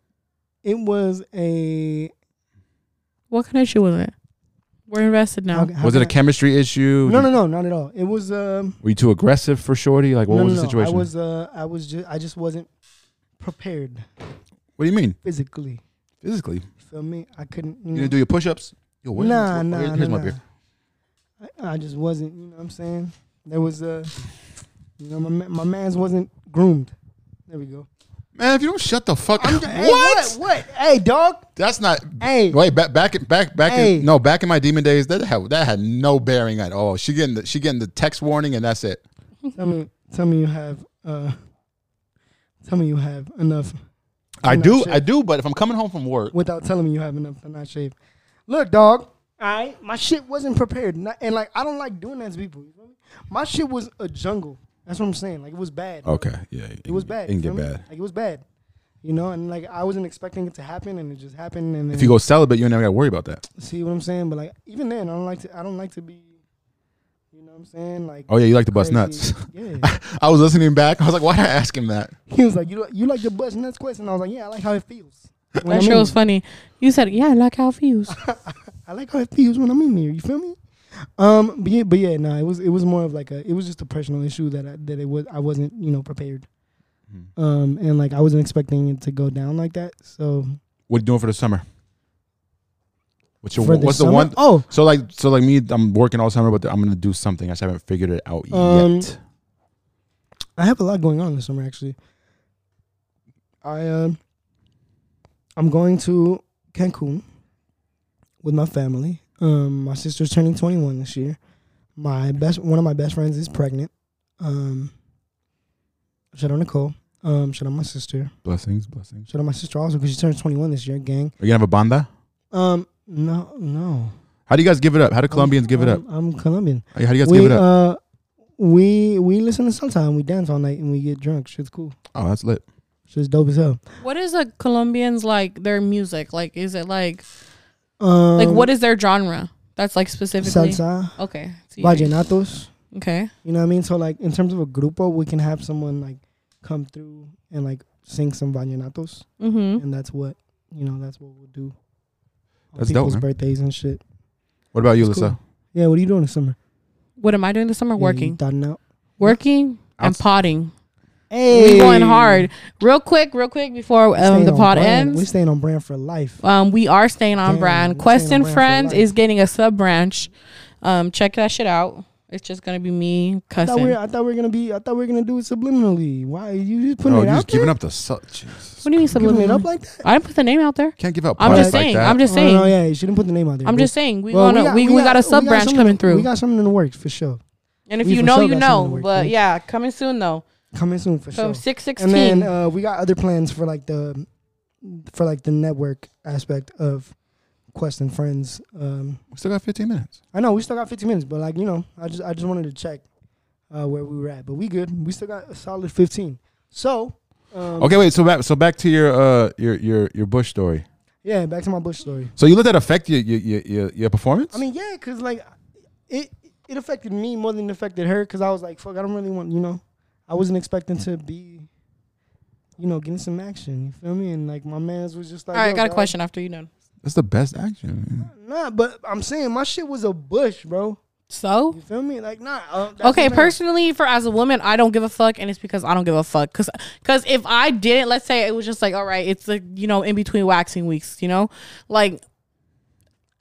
S1: it was a.
S2: What kind of issue was it? We're invested now.
S1: how can- how
S3: Was it a
S1: can I-
S3: chemistry issue?
S1: No, no, no, not at all. It was um.
S3: Were you too aggressive for Shorty? Like, what
S1: no,
S3: was
S1: no,
S3: the
S1: no.
S3: situation?
S1: I was uh, I was just, I just wasn't prepared
S3: what do you mean?
S1: physically.
S3: Physically?
S1: You feel me? I couldn't. You
S3: You
S1: know,
S3: didn't do your push ups? Yo, where's-
S1: nah,
S3: where-
S1: nah,
S3: Here's
S1: nah,
S3: my beer.
S1: nah. I, I just wasn't. You know what I'm saying? There was a, you know, my ma- my man's wasn't groomed. There we go.
S3: Man, if you don't shut the fuck up.
S1: Hey, what? What? Hey, dog.
S3: That's not.
S1: Hey.
S3: Wait, back, back, back, back.
S1: Hey.
S3: In, no, back in my demon days, that had that had no bearing at all. She getting the, she getting the text warning, and that's it.
S1: Tell me, tell me you have uh, tell me you have enough
S3: I
S1: No
S3: do,
S1: shit.
S3: I do. But if I'm coming home from work,
S1: without telling me you have enough to not shave. Look, dog. I my shit wasn't prepared, Not- and like I don't like doing that to people. You feel me? My shit was a jungle. That's what I'm saying. Like it was bad.
S3: okay, yeah,
S1: It was bad.
S3: It can
S1: you
S3: get
S1: feel me?
S3: bad.
S1: Like it was bad. You know, and like I wasn't expecting it to happen, and it just happened. And then,
S3: If you go celibate, you never got to worry about that.
S1: see what I'm saying, but like even then, I don't like to. I don't like to be. You know what I'm saying? Like
S3: Oh yeah, you like to bust nuts.
S1: crazy. Yeah.
S3: I was listening back. I was like, why did I ask him that?
S1: he was like, you you like the bust nuts question? I was like, yeah, I like how it feels. when
S2: That
S1: I'm
S2: shit
S1: in
S2: was
S1: here.
S2: funny. You said, "Yeah, I like how it feels."
S1: I like how it feels when I'm in there. You feel me? Um, but yeah, but yeah, no, it was it was more of like a it was just a personal issue that I, that it was I wasn't you know prepared, um, and like I wasn't expecting it to go down like that. So
S3: What you doing for the summer? What's your
S1: for
S3: what's the
S1: summer-
S3: one?
S1: Oh,
S3: So like so like me, I'm working all summer, but I'm gonna do something. I just haven't figured it out
S1: Um,
S3: yet.
S1: I have a lot going on this summer actually. I uh, I'm going to Cancun with my family. Um, my sister's turning 21 this year. My best one of my best friends is pregnant. Um, shout out Nicole. Um, shout out my sister.
S3: Blessings, blessings.
S1: Shout out my sister also because she turns 21 this year. Gang.
S3: Are you gonna have a banda?
S1: Um, no, no.
S3: How do you guys give it up? How do Colombians give it up?
S1: I'm, I'm Colombian.
S3: How do you guys
S1: Um, we
S3: give it up?
S1: uh, we we listen to sometime. We dance all night and we get drunk. Shit's cool.
S3: oh, that's lit.
S1: Shit's dope as hell.
S2: what is the Colombians like? Their music, like, is it like,
S1: Um,
S2: like, what is their genre? That's like specifically.
S1: salsa,
S2: Okay. it's easy.
S1: vallenatos.
S2: Okay.
S1: You know what I mean? So like in terms of a grupo, we can have someone like come through and like sing some vallenatos,
S2: Mm-hmm.
S1: and that's what you know. That's what we'll do. on
S3: That's dope,
S1: people's
S3: man.
S1: birthdays and shit.
S3: What about you,
S1: It's
S3: Lisa?
S1: cool. Yeah, what are you doing this summer?
S2: What am I doing this summer?
S1: Yeah, you
S2: Working,
S1: dotting out.
S2: working, and
S3: Outs-
S2: potting.
S1: Hey,
S2: We going hard. Real quick, real quick before
S1: We staying
S2: um, the
S1: on
S2: pod
S1: brand. We
S2: ends.
S1: staying on brand for life.
S2: Um, we are staying on
S1: Damn,
S2: brand.
S1: we
S2: Quest
S1: staying on
S2: and
S1: brand for
S2: Friends
S1: life.
S2: is getting a sub branch. Um, check that shit out. It's just gonna be me
S1: I thought, we
S2: cussing.
S1: were, I thought we were gonna be. I thought we were gonna do it subliminally. Why you just putting
S3: Oh,
S1: it
S3: you
S1: out
S3: just
S1: there?
S3: giving up the su- Jesus.
S2: What do you
S1: Giving it
S2: mean
S1: up
S2: subliminal?
S1: like that?
S2: I didn't put the name out there.
S3: Can't give up.
S2: I'm
S3: parties
S2: just
S3: like
S2: saying.
S3: that.
S2: I'm just
S1: Oh,
S2: saying.
S1: no, yeah, you shouldn't put the name out there.
S2: I'm
S1: bro.
S2: just saying. We
S1: Well,
S2: gonna we, we, got, a sub branch
S1: something-
S2: coming through.
S1: We got something in the works for sure.
S2: and if
S1: we
S2: you
S1: for
S2: know,
S1: sure
S2: you
S1: got something to
S2: know.
S1: work
S2: But
S1: with.
S2: yeah, coming soon though.
S1: Coming soon for
S2: From
S1: sure.
S2: six
S1: And
S2: sixteen.
S1: then uh, we got other plans for like the for like the network aspect of Quest and Friends. Um,
S3: We still got 15 minutes.
S1: I know we still got 15 minutes, but like you know, I just I just wanted to check uh, where we were at, but we good. We still got a solid 15. So um,
S3: Okay, wait. So back so back to your uh your your your Bush story.
S1: yeah, back to my Bush story.
S3: So you let that affect your your your, your, your performance?
S1: I mean, yeah, cause like it it affected me more than it affected her, cause I was like, fuck, I don't really want, you know, I wasn't expecting to be, you know, getting some action. You feel me? And like my man's was just like,
S2: All right, I
S1: yo,
S2: got a
S1: dog.
S2: question after you done.
S3: that's the best action.
S1: Nah, but I'm saying my shit was a bush, bro.
S2: So
S1: You feel me? Like nah. Uh, that's
S2: okay,
S1: what I'm saying.
S2: personally, for as a woman, I don't give a fuck, and it's because I don't give a fuck. Cause, 'cause if I didn't, let's say it was just like, all right, it's like you know, in between waxing weeks, you know, like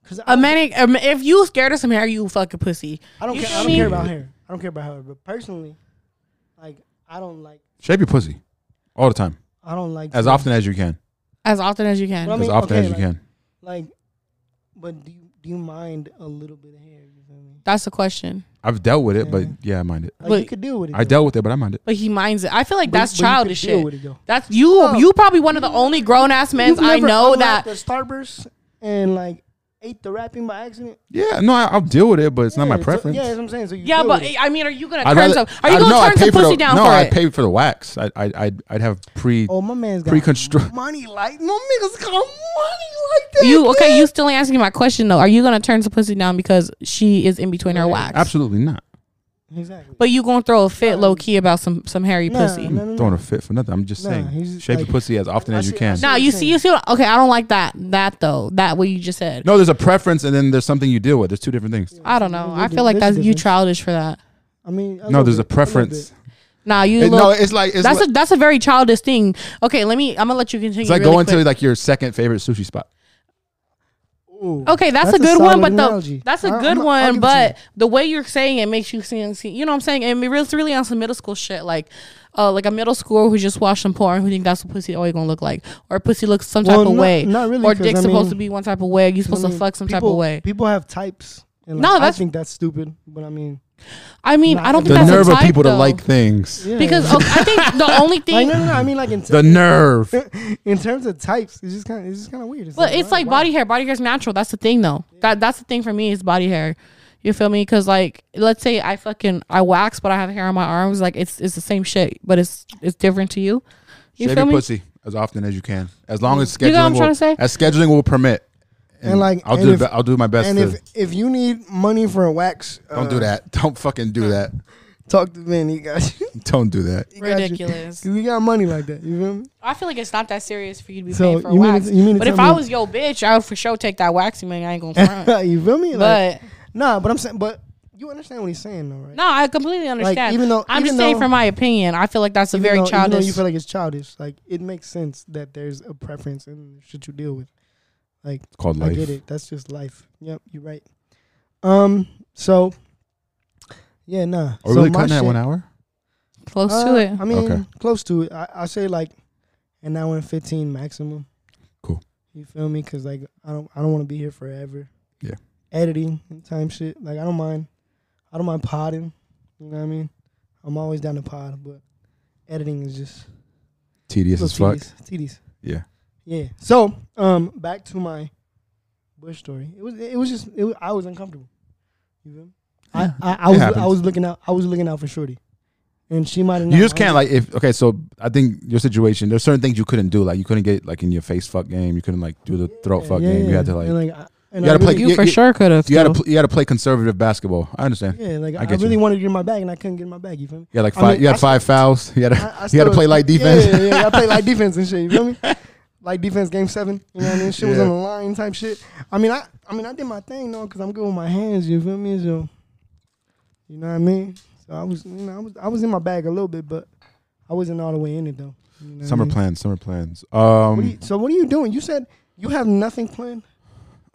S1: 'Cause I
S2: a
S1: don't-
S2: manic. Um, if you scared of some hair, you fucking pussy.
S1: I don't
S2: you
S1: care.
S2: feel
S1: I don't
S2: me?
S1: care about her. I don't care about her. But personally, like I don't like.
S3: Shape your pussy all the time,
S1: I don't like
S3: as often as you can,
S2: As often as you can.
S1: Well, I
S3: as
S1: mean,
S3: often
S1: okay,
S3: as you
S1: like-
S3: can.
S1: like. But do you, do you mind a little bit of hair? You feel me?
S2: That's the question.
S3: I've dealt with it, but
S1: Mhm.
S3: yeah, I mind it.
S1: Like
S2: But-
S1: you could deal with it.
S3: I
S1: though.
S3: dealt with it, but I mind it.
S2: But he minds it. I feel like
S1: But-
S2: that's
S1: but you could
S2: childish
S1: deal
S2: shit.
S1: with it, though.
S2: That's you. You probably one of the only grown ass men
S1: You've
S2: I
S1: never
S2: know
S1: unwrapped
S2: that.
S1: the Starburst and like ate the wrapping by accident.
S3: Yeah, no, I, I'll deal with it, but it's not my
S1: Yeah, so-
S3: preference.
S1: yeah, that's what I'm saying. So you
S2: Yeah,
S1: deal
S2: but
S1: with it.
S2: I mean, are you gonna
S3: I'd
S2: turn
S3: rather-
S2: some? Are you
S3: I-
S2: gonna
S3: no, I
S2: turn some
S3: pay for
S2: pussy
S3: the,
S2: down
S3: no,
S2: for
S3: I
S2: it?
S3: pay for the wax. I I I'd, I'd have pre
S1: oh my man's got
S3: pre-construct.
S1: money like no niggas got money like that.
S2: You okay? You still ain't asking my question though. Are you gonna turn some pussy down because she is in between her wax?
S3: Absolutely not.
S1: exactly.
S2: But you gonna throw a fit low key about some some hairy
S1: Nah,
S2: pussy?
S1: nah, nah, nah.
S3: Throwing a fit for nothing. I'm just
S1: Nah,
S3: saying,
S1: he's
S3: shape
S1: like-
S3: your pussy as often
S1: I- I
S3: as you
S1: see- I
S3: can.
S1: see-
S2: No, you see, you see. What, okay, I don't like that. That though. That what you just said.
S3: No, there's a preference, and then there's something you deal with. There's two different things.
S2: I don't know.
S1: There's a
S2: I feel like that's you
S1: difference.
S2: childish for that.
S1: I mean, a
S3: No,
S1: little
S3: there's a
S1: bit, little
S3: preference.
S1: bit.
S2: Nah, you.
S3: It-
S2: look,
S3: no, it's like it's,
S2: that's
S3: like,
S2: a that's a very childish thing. Okay, let me. I'm gonna let you continue.
S3: it's like
S2: really
S3: going to
S2: quick.
S3: like your second favorite sushi spot.
S1: Ooh,
S2: Okay, that's, a
S1: a
S2: good one,
S1: solid
S2: but
S1: analogy.
S2: the that's a
S1: I- I'm-
S2: good
S1: I'll give
S2: one,
S1: it
S2: but
S1: to
S2: the way you're saying it makes you seem, see- you know what I'm saying? And we're really on some middle school shit, like, uh, like a middle schooler who just watched some porn who think that's what pussy always gonna look like, or pussy looks some
S1: Well,
S2: type of
S1: not-
S2: way,
S1: not really,
S2: or
S1: 'cause
S2: dick's
S1: I
S2: supposed
S1: mean-
S2: to be one type of way, you supposed
S1: I mean,
S2: to fuck some type
S1: people-
S2: of way.
S1: People have types. And
S2: No,
S1: like, I
S2: that's-
S1: think that's stupid. But I mean,
S2: I mean,
S1: Nah,
S2: I don't
S1: The
S2: think that's
S3: The nerve
S2: a
S3: of
S2: type,
S3: people to
S2: though.
S3: like things.
S1: yeah.
S2: because okay, I think the only
S1: like,
S2: thing,
S1: no, no, no. I mean, like in,
S3: The nerve.
S1: in terms of types, it's just kind of it's just kind of weird.
S2: but it's
S1: why-
S2: like
S1: why?
S2: body hair. Body hair's natural. That's the thing, though. That that's the thing for me is body hair. You feel me? Because like, let's say I fucking I wax, but I have hair on my arms. Like it's it's the same shit, but it's it's different to you. You
S3: Shape
S2: feel
S3: your
S2: me?
S3: pussy as often as you can, as long as scheduling
S2: You know what I'm
S3: will,
S2: trying to say?
S3: as scheduling will permit.
S1: And, like,
S3: I'll
S1: and
S3: do
S1: if-
S3: be- I'll do my best.
S1: And
S3: to,
S1: if if you need money for a wax, uh,
S3: don't do that. Don't fucking do that.
S1: Talk to Vin. He got you.
S3: Don't do that.
S1: He got you.
S2: Ridiculous.
S1: 'Cause we got money like that. You feel me?
S2: I feel like it's not that serious for you to be
S1: So,
S2: paying for a
S1: you mean
S2: wax.
S1: to- you mean to
S2: but if
S1: tell
S2: I
S1: me-
S2: was your bitch, I would for sure take that waxing man. I ain't gonna front.
S1: you feel me? Like,
S2: but
S1: nah, but I'm saying, but you understand what he's saying, though, right?
S2: no, I completely understand.
S1: even though-
S2: I'm
S1: even
S2: just saying
S1: though-
S2: from my opinion, I feel like that's a
S1: Even
S2: very
S1: though- even though
S2: childish.
S1: you feel like it's childish. Like it makes sense that there's a preference and shit you deal with. Like
S3: It's called life.
S1: I get it. That's just life. Yep, you're right. Um, so yeah, nah.
S3: Are we
S1: so
S3: really
S1: my
S3: cutting that
S1: shit-
S3: one hour?
S2: close
S1: Uh,
S2: to it.
S1: I mean,
S3: Okay.
S1: close to it. I, I say like an hour and fifteen maximum.
S3: Cool.
S1: You feel me? Cause like I don't, I don't want to be here forever.
S3: Yeah.
S1: Editing and time shit. Like I don't mind. I don't mind podding. You know what I mean? I'm always down to pod, but editing is just
S3: Tedious as fuck.
S1: tedious. Tedious.
S3: Yeah.
S1: Yeah. So, um, back to my Bush story. It was it was just it was, I was uncomfortable. You feel me? I, I, I
S3: it
S1: was I
S3: happens.
S1: was looking out I was looking out for Shorty, and she might have
S3: You
S1: not
S3: just can't
S1: minded.
S3: like if okay. So I think your situation. There's certain things you couldn't do. Like you couldn't get like in your face fuck game. You couldn't like do the throat fuck game. You had to like.
S1: And, I- and
S3: you
S1: I
S3: gotta play-
S1: really-
S2: you
S3: you-
S2: for
S3: you-
S2: sure could have.
S3: you had to. Pl- you had to play conservative basketball. I understand.
S1: Yeah, like I,
S3: I get
S1: really
S3: you.
S1: wanted to get in my bag and I couldn't get in my bag. You feel me?
S3: You had like
S1: I
S3: five.
S1: mean,
S3: you
S1: I
S3: had five fouls. You had.
S1: I-
S3: A,
S1: I
S3: you had to
S1: still-
S3: play light
S1: yeah,
S3: defense.
S1: Yeah, yeah, I played like defense and shit. You feel me? Like defense, game seven. You know what I mean? Shit was
S3: Yeah.
S1: on the line type shit. I mean, I I mean I did my thing though because I'm good with my hands. You feel me? So, you know what I mean? So I was, you know, I was I was in my bag a little bit, but I wasn't all the way in it though. You know what I
S3: Summer
S1: mean?
S3: plans. Summer plans.
S1: What
S3: Um.
S1: do you- so what are you doing? You said you have nothing planned.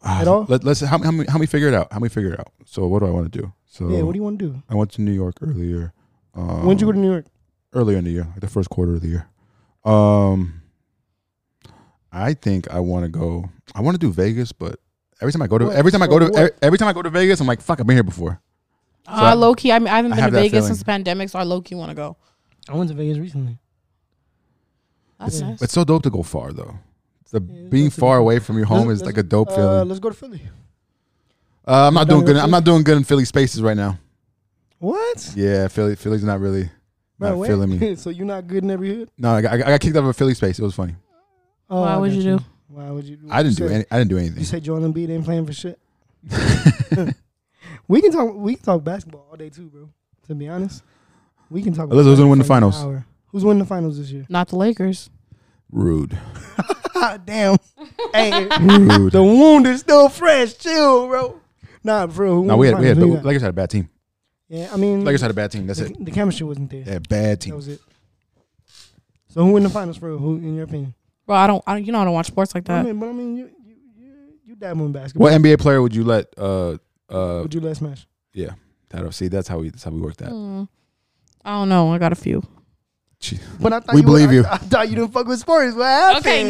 S3: ah,
S1: at all?
S3: Let, let's how, how many how many figure it out? How many figure it out? So what do I want to do? So
S1: yeah. What do you want to do?
S3: I went to New York earlier. Um,
S1: When'd you go to New York?
S3: earlier in the year, like the first quarter of the year. Um, I think I want to go. I want to do Vegas, but every time I go to
S1: What?
S3: every time I
S1: So
S3: go to
S1: what?
S3: e- every time I go to Vegas, I'm like, fuck, I've been here before.
S2: uh,
S3: I-
S2: low key, I, mean, I haven't
S3: I
S2: been
S3: have
S2: to
S3: that
S2: Vegas
S3: feeling.
S2: since the pandemic, so I low key want to go.
S1: I went to Vegas recently.
S2: That's
S1: Yeah.
S2: nice.
S3: It's so dope to go far though. The
S1: it's
S3: being
S1: dope to
S3: far
S1: go-
S3: away from your home
S1: Let's-
S3: is like a
S1: let's-
S3: dope
S1: Uh,
S3: feeling.
S1: let's go to Philly.
S3: Uh, I'm not
S1: down
S3: doing
S1: here
S3: good. I'm
S1: too?
S3: not doing good in Philly spaces right now.
S1: What?
S3: Yeah, Philly, Philly's not really
S1: Bro,
S3: not
S1: wait.
S3: feeling me.
S1: so you're not good in every hood?
S3: No, I got, I got kicked out of a Philly space. It was funny.
S1: Oh,
S2: Why
S1: I
S2: would
S1: got
S2: you do?
S1: Why would you? do?
S3: I didn't do
S1: said-
S3: any. I didn't do
S1: You
S3: anything.
S1: said Joel Embiid ain't playing for shit. we can talk. We can talk basketball all day too, bro. To be honest, we can talk.
S3: Elizabeth, who's gonna win the
S1: for an
S3: finals?
S1: hour. Who's winning the finals this year?
S2: Not the Lakers.
S3: Rude.
S1: Ah, damn. hey,
S3: Rude.
S1: the wound is still fresh. Chill, bro. Nah, bro.
S3: no, we had we had the Lakers had a bad team.
S1: yeah, I mean,
S3: Lakers had a bad team. That's
S1: the,
S3: it.
S1: the chemistry wasn't there.
S3: They had a bad
S1: That
S3: team.
S1: was it. So who in the finals, bro? Who, in your opinion?
S2: Bro, I don't. I don't. You know, I don't watch sports like
S1: I
S2: that.
S1: mean, but I mean, you you you, you dabble in basketball.
S3: What NBA player would you let? Uh, uh,
S1: Would you let smash?
S3: that see, that's how we that's how we work that.
S2: Mm. I don't know. I got a few.
S1: But I thought
S3: We
S1: you,
S3: believe
S1: I,
S3: you.
S1: I thought you didn't fuck with sports. What happened?
S2: Okay.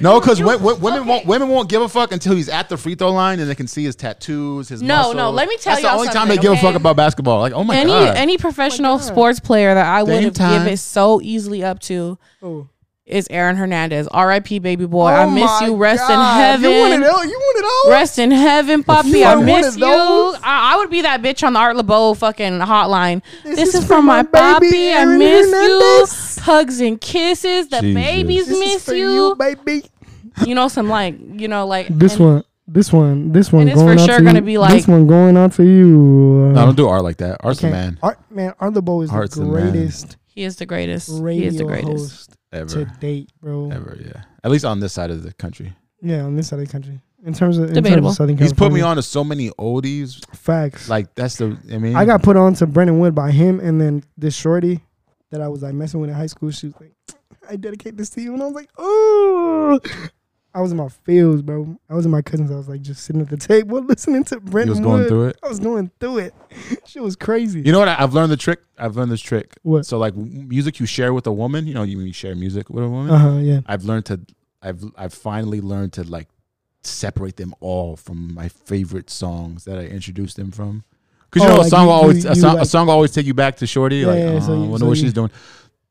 S3: No, oh because women
S2: okay.
S3: won't women won't give a fuck until he's at the free throw line and they can see his tattoos, his
S2: No,
S3: muscles.
S2: no, let me tell
S3: That's the
S2: y'all
S3: only time they
S2: something,
S3: give a fuck
S2: okay?
S3: about basketball. Like, oh my
S2: any
S3: god,
S2: any professional
S1: Oh God.
S2: sports player that I would
S3: Dame
S2: have
S3: time.
S2: given it so easily up to
S1: Oh,
S2: is Aaron Hernandez. R.I.P. Baby boy. I miss
S1: my
S2: you. Rest
S1: God.
S2: in
S1: You wanted
S2: heaven.
S1: all. You wanted all.
S2: Rest in heaven, puppy.
S1: You
S2: I
S1: are one
S2: miss
S1: of
S2: you.
S1: those?
S2: I, I would be that bitch on the Art LeBeau fucking hotline. This,
S1: is
S2: is,
S1: for
S2: for
S1: my
S2: my
S1: baby,
S2: puppy. I
S1: Aaron
S2: miss
S1: Hernandez.
S2: you. Hugs and kisses. The
S3: Jesus.
S2: babies
S1: This is
S2: miss
S1: for
S2: you.
S1: you, baby.
S2: You know, some like, you know, like
S1: This
S2: and-
S1: one, this one, this one
S2: And it's for
S1: going out
S2: sure
S1: to
S2: gonna
S1: you.
S2: be like-
S1: this one going out to you. uh,
S3: no, don't do art like that. Art's the man
S1: Art man, Art LeBeau is
S3: Art's
S1: the
S3: the man.
S1: greatest
S2: He is the greatest. he
S1: radio
S2: is the greatest.
S1: host
S3: ever,
S1: to date, bro.
S3: ever. Yeah, at least on this side of the country.
S1: Yeah, on this side of the country. In terms of, in terms
S2: Debatable.
S1: of Southern
S3: He's put me
S1: California.
S3: on to so many oldies.
S1: facts.
S3: Like mm. that's the. I mean,
S1: I got put on to Brendan Wood by him, and then this shorty that I was like messing with in high school. She was like, "I dedicate this to you," and I was like, "Ooh." I was in my fields, bro. I was in my cousin's. I was like just sitting at the table listening to
S3: He
S1: Brendan
S3: was going
S1: Wood.
S3: through it.
S1: I was going through it. Shit was crazy.
S3: You know what? I, I've learned the trick. I've learned this trick.
S1: What?
S3: So like w- music you share with a woman. You know, you, you share music with a woman.
S1: Uh huh. Yeah.
S3: I've learned to I've I've finally learned to like separate them all from my favorite songs that I introduced them from. Cause you
S1: Oh,
S3: know
S1: like
S3: a song
S1: you-
S3: will always
S1: you-
S3: a,
S1: you
S3: song, a
S1: like-
S3: song will always take you back to Shorty.
S1: Yeah,
S3: like
S1: yeah,
S3: uh,
S1: so you-
S3: I wonder
S1: so
S3: what
S1: you-
S3: she's doing.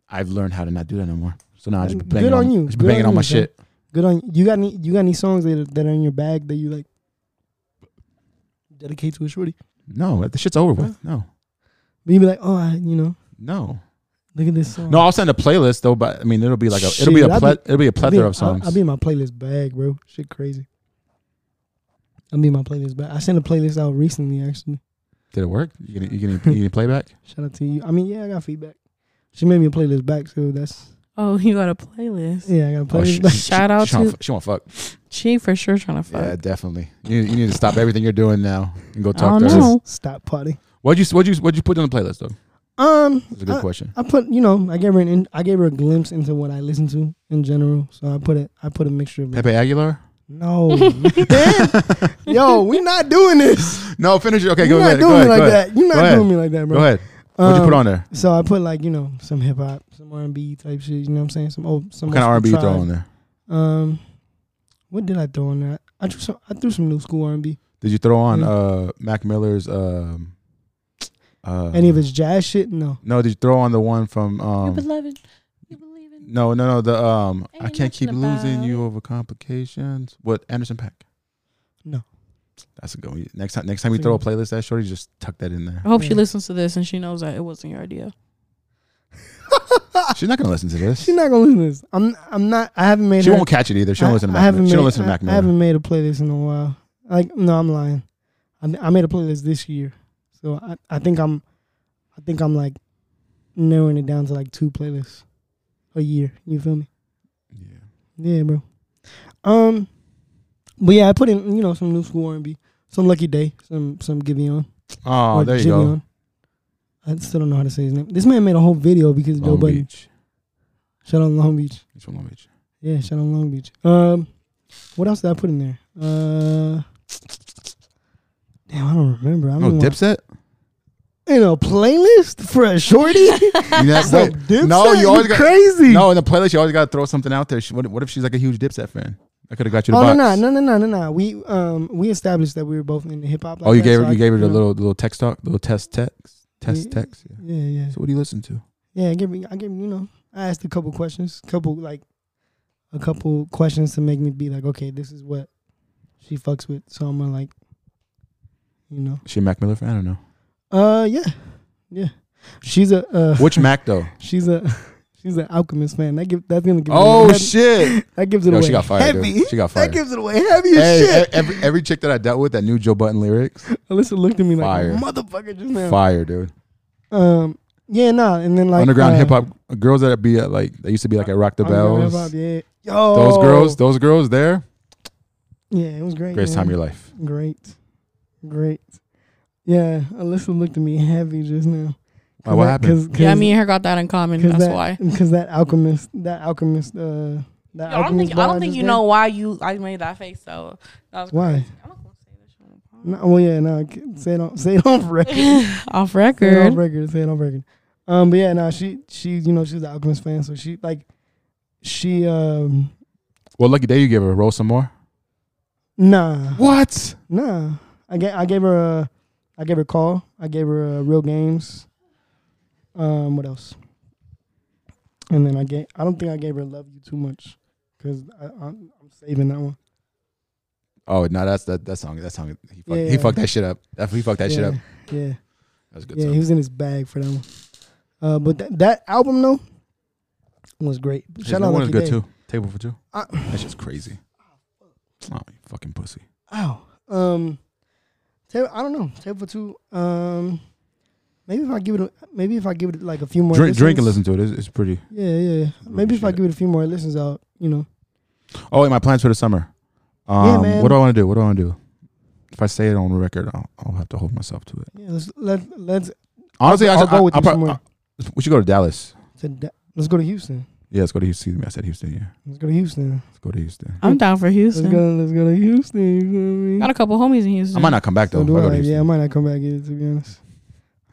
S3: I've learned how to not do that no more. So now I just be
S1: Good
S3: banging
S1: on
S3: on
S1: you.
S3: I just
S1: Good
S3: be banging
S1: on
S3: on my
S1: you, son.
S3: shit.
S1: Good on you. Got any? You got any songs that are, that are in your bag that you like dedicate to a shorty?
S3: No, the shit's over with. No,
S1: But you be like, oh, I, you know,
S3: no.
S1: Look at this song.
S3: No, I'll send a playlist though, but I mean it'll be like a it'll be
S1: Shit,
S3: a
S1: I'll
S3: ple-
S1: be-
S3: it'll be a
S1: I'll be-
S3: plethora of songs.
S1: I'll, I'll be in my playlist bag, bro. Shit crazy. I'll be in my playlist bag. I sent a playlist out recently, actually.
S3: Did it work? You getting you getting, you getting playback?
S1: Shout out to you. I mean, yeah, I got feedback. She made me a playlist back, so that's
S2: Oh, you got a playlist.
S1: yeah, I got a
S3: Oh,
S1: playlist
S3: she-
S1: back.
S3: she-
S2: Shout out
S3: she wanna
S2: to-
S3: fu- she want fuck.
S2: She for sure trying to fuck.
S3: Yeah, definitely. You, you need to stop everything you're doing now and go talk
S2: Oh,
S3: to
S2: no.
S3: us.
S1: Stop party.
S3: What'd you what'd you what'd you put on the playlist though?
S1: Um,
S3: That's a good
S1: I-
S3: question.
S1: I put you know I gave her an in, I gave her a glimpse into what I listen to in general. So I put it I put a mixture of
S3: Pepe Aguilar?
S1: no, man. yo, we not doing this.
S3: No, finish it. Okay,
S1: You're
S3: go
S1: not
S3: ahead.
S1: doing me
S3: Go ahead.
S1: like
S3: go ahead.
S1: that. You're not
S3: Go ahead.
S1: doing me like that, bro. Um,
S3: Go ahead. What'd you put on there?
S1: So I put like you know some hip hop, some R and B type shit. You know what I'm saying? Some old some
S3: What kind of
S1: old
S3: R and B
S1: school
S3: you throw
S1: tribe.
S3: on there?
S1: Um, what did I throw on that? I threw some I threw some new school R and B.
S3: Did you throw on uh Mac Miller's um uh
S1: Any of his jazz shit? No.
S3: No, did you throw on the one from
S2: you
S3: um
S2: beloved. You believe in.
S3: No, no, no, the um I
S2: Ain't
S3: can't keep
S2: nothing
S3: losing
S2: about
S3: you
S2: it.
S3: over complications. What Anderson Pack?
S1: No.
S3: That's a good one. Next time next time you throw a Oh. playlist that shorty, just tuck that in there.
S2: I hope she
S1: Yeah.
S2: listens to this and she knows that it wasn't your idea.
S3: She's not gonna listen to this.
S1: She's not gonna listen to this. I'm I'm not I haven't made
S3: She
S1: her-
S3: won't catch it either. She don't listen to
S1: I
S3: Mac
S1: haven't
S3: Miller. She
S1: made-
S3: don't listen to
S1: I-
S3: Mac
S1: I
S3: Miller.
S1: haven't made a playlist in a while. Like no, I'm lying. I, I made a playlist this year, so I, I think I'm, I think I'm like narrowing it down to like two playlists a year. You feel me?
S3: Yeah.
S1: Yeah, bro. Um, but yeah, I put in you know some new school R&B, some Lucky Day, some some Giveon.
S3: Oh,
S1: or
S3: there you go.
S1: Giveon. I still don't know how to say his name. This man made a whole video because of Joe
S3: Long
S1: Budden.
S3: Beach.
S1: Shout out Long Beach.
S3: He's from Long Beach.
S1: Yeah, shout out Long Beach. Um, what else did I put in there? Uh, damn, I don't remember. I
S3: No,
S1: don't
S3: Oh, Dipset?
S1: in a playlist for a shorty.
S3: You know,
S1: Some
S3: wait,
S1: Dipset?
S3: No, you always got,
S1: crazy.
S3: No, in the playlist, you always got to throw something out there. She- What, what if she's like a huge Dipset fan? I could have got you the
S1: Oh no
S3: box.
S1: no no no no no no. We um we established that we were both into hip hop. Like
S3: oh, you
S1: that,
S3: gave
S1: so
S3: her,
S1: I-
S3: you gave her the
S1: know,
S3: little little text talk, little test text, test
S1: Yeah.
S3: text. Yeah.
S1: Yeah yeah
S3: So what do you listen to?
S1: yeah. I gave me I gave you know I asked a couple questions, couple like a couple questions to make me be like okay this is what she fucks with. So I'm gonna like you know
S3: Is she a Mac Miller fan? I don't know.
S1: uh yeah yeah. She's a uh,
S3: Which Mac though?
S1: She's a she's an alchemist fan. That give that's gonna give it
S3: Oh
S1: away.
S3: shit!
S1: that gives it
S3: No,
S1: away.
S3: she got fired.
S1: Heavy.
S3: Dude. She got
S1: That
S3: fired.
S1: gives it away. Heavy as
S3: Hey,
S1: shit.
S3: e- every every chick that I dealt with that knew Joe Button lyrics,
S1: Alyssa looked at me like
S3: Fire.
S1: a motherfucker just now.
S3: fire, dude.
S1: Um yeah, nah. And then like
S3: underground
S1: uh,
S3: hip hop girls that be at like they used to be like at Rock the
S1: underground
S3: Bells.
S1: hip-hop, yeah. Yo
S3: Those girls, those girls there,
S1: Yeah, it was great.
S3: greatest time of
S1: man.
S3: your life.
S1: great. Great. Yeah, Alyssa looked at me heavy just now.
S3: Why, what happened?
S2: yeah, me and her got that in common. That's why.
S1: Because that alchemist, that alchemist, uh, that
S2: I don't
S1: alchemist.
S2: think I
S1: bar
S2: don't think
S1: just
S2: you
S1: gave-
S2: know why you I made that face though. That was
S1: Why?
S2: crazy. I'm not gonna say this shit on the pod.
S1: No, well, yeah, no. Say it on, say it on record.
S2: Off
S1: Say it on
S2: record.
S1: record. Say it on record. Um, but yeah, no, she she you know she was an Alchemist fan, so she like she um
S3: Well, lucky day you gave her roll some more.
S1: nah
S3: What?
S1: nah. I gave I gave her a I gave her a call. I gave her a real games. Um, what else? And then I gave I don't think I gave her love you too much because I'm, I'm saving that one.
S3: Oh no, that's that that song. That song. He fucked, he
S1: Yeah.
S3: fucked that shit up. That, he fucked that
S1: yeah,
S3: shit up.
S1: Yeah,
S3: That was a good.
S1: yeah.
S3: song.
S1: He was in his bag for that one. Uh, but that that album though was great.
S3: His
S1: Shout
S3: new
S1: out
S3: one is
S1: Lucky
S3: good
S1: Day.
S3: too. Table for two.
S1: I-
S3: That's just crazy. Oh, you fucking pussy.
S1: Ow. Um, table, I don't know. Table for two. Um, maybe if I give it, a, maybe if I give it like a few more.
S3: Drink, drink and
S1: listens.
S3: listen to it. It's, it's pretty.
S1: Yeah, yeah. yeah. Maybe if I
S3: shit.
S1: give it a few more listens out, you know.
S3: Oh, wait, my plans for the summer. Um,
S1: Yeah, man.
S3: What do I want to do? What do I want to do? If I say it on record, I'll, I'll have to hold myself to it.
S1: Yeah, let's let let's
S3: Honestly,
S1: I'll
S3: actually,
S1: go
S3: I-
S1: with
S3: I'll
S1: you
S3: prob-
S1: somewhere.
S3: I- we should go to Dallas.
S1: to da- let's go to Houston.
S3: Yeah, let's go to Houston. I said Houston. Yeah,
S1: Let's go to Houston.
S3: let's go to Houston.
S2: I'm down for Houston.
S1: Let's go. Let's go to Houston. You feel me?
S2: Got a couple homies in Houston.
S3: I might not come back though.
S1: So
S3: if
S1: do
S3: I go
S1: I.
S3: to Houston.
S1: Yeah, I might not come back here to be honest.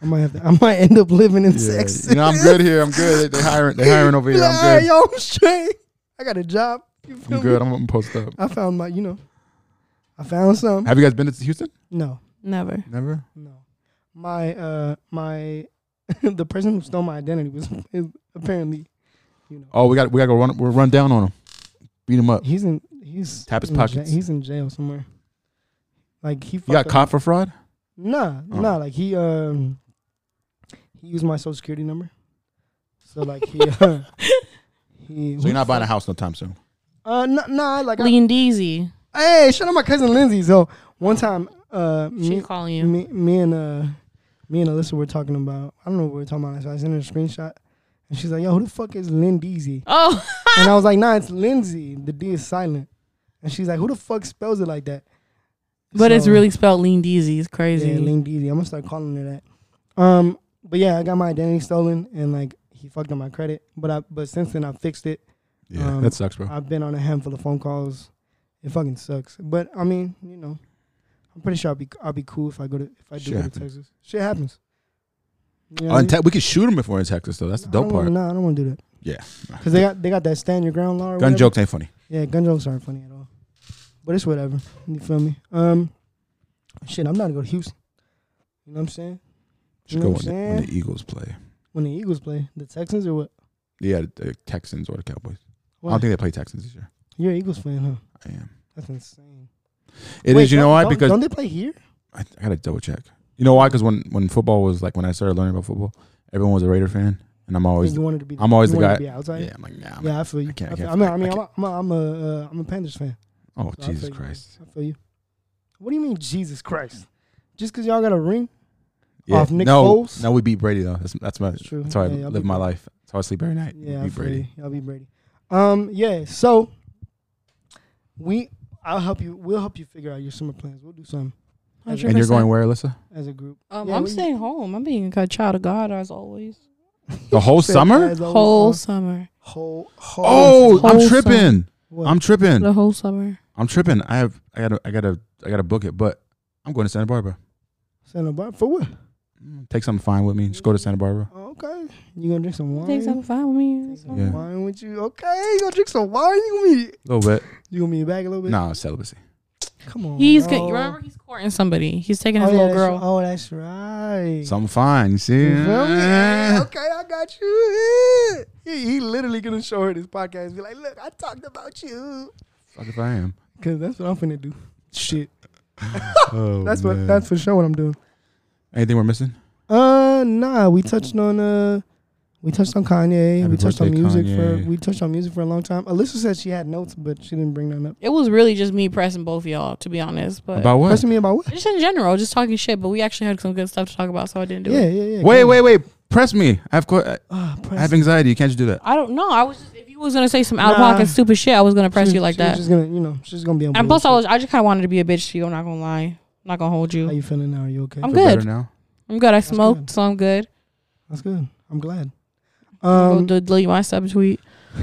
S1: I might have to. I might end up living in
S3: Yeah.
S1: Texas.
S3: You know, I'm good here. I'm good. They, they hiring. They hiring over here.
S1: Yeah,
S3: I'm good.
S1: yo, I'm straight. I got a job. You feel
S3: I'm good.
S1: Me?
S3: I'm, I'm post up.
S1: I found my. You know, I found some.
S3: Have you guys been to Houston?
S1: No.
S2: Never.
S3: Never.
S1: No, my uh, my the person who stole my identity was is apparently, you know,
S3: Oh, we got we got to go run. We'll run down on him. Beat him up.
S1: he's in he's
S3: Tap his
S1: in ja-
S3: Oh. pockets.
S1: he's in jail somewhere. Like he
S3: You got
S1: fucked up-
S3: caught for fraud.
S1: Nah,
S3: Oh.
S1: nah. Like he um, he used my social security number, So like he, uh, he.
S3: So you're not buying a house no time soon.
S1: Uh, no, no, like. I-
S2: Lee and Deezy.
S1: hey, shout out my cousin Lindsay. So one time, uh,
S2: She
S1: me,
S2: calling you.
S1: me, me and uh, me and Alyssa were talking about. I don't know what we were talking about. So I sent her a screenshot, and she's like, "Yo, who the fuck is Lindeezy?"
S2: Oh,
S1: and I was like, "Nah, it's Lindsay. The D is silent." And she's like, "Who the fuck spells it like that?"
S2: but it's
S1: So-
S2: really spelled Lean Deezy. It's crazy.
S1: Yeah, Ling Deezy. I'm gonna start calling her that. Um, but yeah, I got my identity stolen and like he fucked up my credit. But I but since then I fixed it.
S3: Yeah,
S1: Um,
S3: that sucks, bro.
S1: I've been on a handful of phone calls. It fucking sucks. But I mean, you know, I'm pretty sure I'll be I'll be cool if I go to if I do
S3: Shit
S1: go to
S3: happens.
S1: Texas. Shit happens. You know
S3: Oh,
S1: what I
S3: in
S1: mean?
S3: Te- we could shoot him if we're in Texas, though. That's the
S1: I
S3: dope
S1: don't
S3: part.
S1: wanna- No, I don't want to do that
S3: Yeah.
S1: because they got they got that stand your ground law. or
S3: Gun
S1: whatever.
S3: jokes ain't funny.
S1: Yeah, gun jokes aren't funny at all. But it's whatever. You feel me? Um, shit, I'm not gonna go to Houston. You know what I'm saying? You
S3: Just
S1: know
S3: go
S1: what I'm
S3: when the,
S1: saying?
S3: when the Eagles play.
S1: When the Eagles play the Texans or what?
S3: Yeah, the, the Texans or the Cowboys. I
S1: Why?
S3: don't think they play Texans this year.
S1: You're an Eagles fan, huh?
S3: I am.
S1: That's insane.
S3: It is.
S1: Wait,
S3: You know
S1: don't-
S3: why?
S1: don't-
S3: Because
S1: don't they play here?
S3: I, I gotta double check. You know why? Because when when football was like when I started learning about football, everyone was a Raider fan, and I'm always
S1: And you wanted to be.
S3: I'm always
S1: you
S3: the
S1: wanted
S3: guy-
S1: To be outside.
S3: yeah. I'm like nah. I'm
S1: Yeah, I feel you. I,
S3: I can't- I
S1: feel,
S3: can't-
S1: I mean, I
S3: I
S1: mean,
S3: can't-
S1: I'm, a, I'm a, I'm a, uh, I'm a Panthers fan.
S3: Oh
S1: so I
S3: Jesus
S1: feel you, man.
S3: Christ!
S1: I feel you. What do you mean, Jesus Christ? Just because y'all got a ring?
S3: Yeah.
S1: Off Nick
S3: no,
S1: Foles?
S3: no, we beat Brady though. That's that's my
S1: That's true.
S3: that's how I
S1: Yeah, y'all beat
S3: live my
S1: Brady.
S3: life. That's how I sleep every night. We
S1: Yeah, I
S3: beat
S1: feel
S3: Brady.
S1: you. Y'all be Brady. Um, yeah. So we, I'll help you. We'll help you figure out your summer plans. We'll do something. As a,
S3: And you're
S2: 100%.
S3: going where, Alyssa?
S1: as a group.
S2: Um,
S1: Yeah,
S2: I'm
S1: we-
S2: staying home. I'm being a child of God as always.
S3: The whole summer?
S1: As always,
S2: Whole
S1: uh,
S2: summer.
S1: Whole. whole
S3: Oh,
S2: Whole
S3: I'm
S2: summer.
S3: tripping.
S1: What?
S3: I'm tripping.
S2: The whole summer.
S3: I'm tripping. I have I gotta I gotta I gotta book it, but I'm going to Santa Barbara.
S1: Santa Barbara for what? Oh,
S3: Mm, Take something fine with me. Just go to Santa Barbara.
S1: Okay. You gonna drink some wine?
S2: Think something fine with me.
S1: Drink
S2: It's
S1: some
S3: Yeah.
S1: Wine with you? Okay. You gonna drink some wine? You gonna be
S3: A little bit.
S1: you gonna be back a little bit?
S3: Nah, celibacy.
S1: Come on.
S2: Oh, He's
S1: bro.
S2: good. You remember he's courting somebody. He's taking
S1: Oh,
S2: his
S1: yeah,
S2: little
S1: that's-
S2: girl.
S1: Oh, that's right.
S3: Something fine. You see?
S1: You feel me? Hey,
S3: Eh.
S1: okay, I got you. Yeah. He, he literally gonna show her this podcast and be like, look, I talked about you.
S3: Fuck if I am.
S1: Cause that's what I'm finna do. Shit.
S3: Oh,
S1: That's what that's for sure what I'm doing.
S3: Anything we're missing?
S1: Uh nah, we touched on uh we touched on Kanye.
S3: Happy
S1: we touched on
S3: birthday,
S1: music
S3: Kanye.
S1: for we touched on music for a long time. Alyssa said she had notes, but she didn't bring them up.
S2: It was really just me pressing both of y'all, to be honest. But
S3: About what?
S1: Question me about what?
S2: just in general, just talking shit. But we actually had some good stuff to talk about, so I didn't do
S1: Yeah,
S2: it.
S1: yeah, yeah.
S3: Wait,
S1: go
S3: wait, wait. Press me. I have qu- I
S1: Ah, press.
S3: have anxiety. You can't just do that.
S2: I don't know. I was just if you was gonna say some out of
S1: Nah.
S2: pocket stupid shit, I was gonna press
S1: She-
S2: you like
S1: she was
S2: that.
S1: Just gonna, you know, she's gonna be. on
S2: and plus, I
S1: bullshit.
S2: was I just kind of wanted to be a bitch to you. I'm not gonna lie. I'm not gonna hold
S1: How
S2: you.
S1: you feeling now? Are you okay?
S2: I'm
S3: Feel
S2: good.
S3: better now.
S2: I'm good. I
S1: good.
S2: smoked, so I'm good.
S1: That's good. I'm glad.
S2: I'll
S1: Um,
S2: de- delete my sub tweet.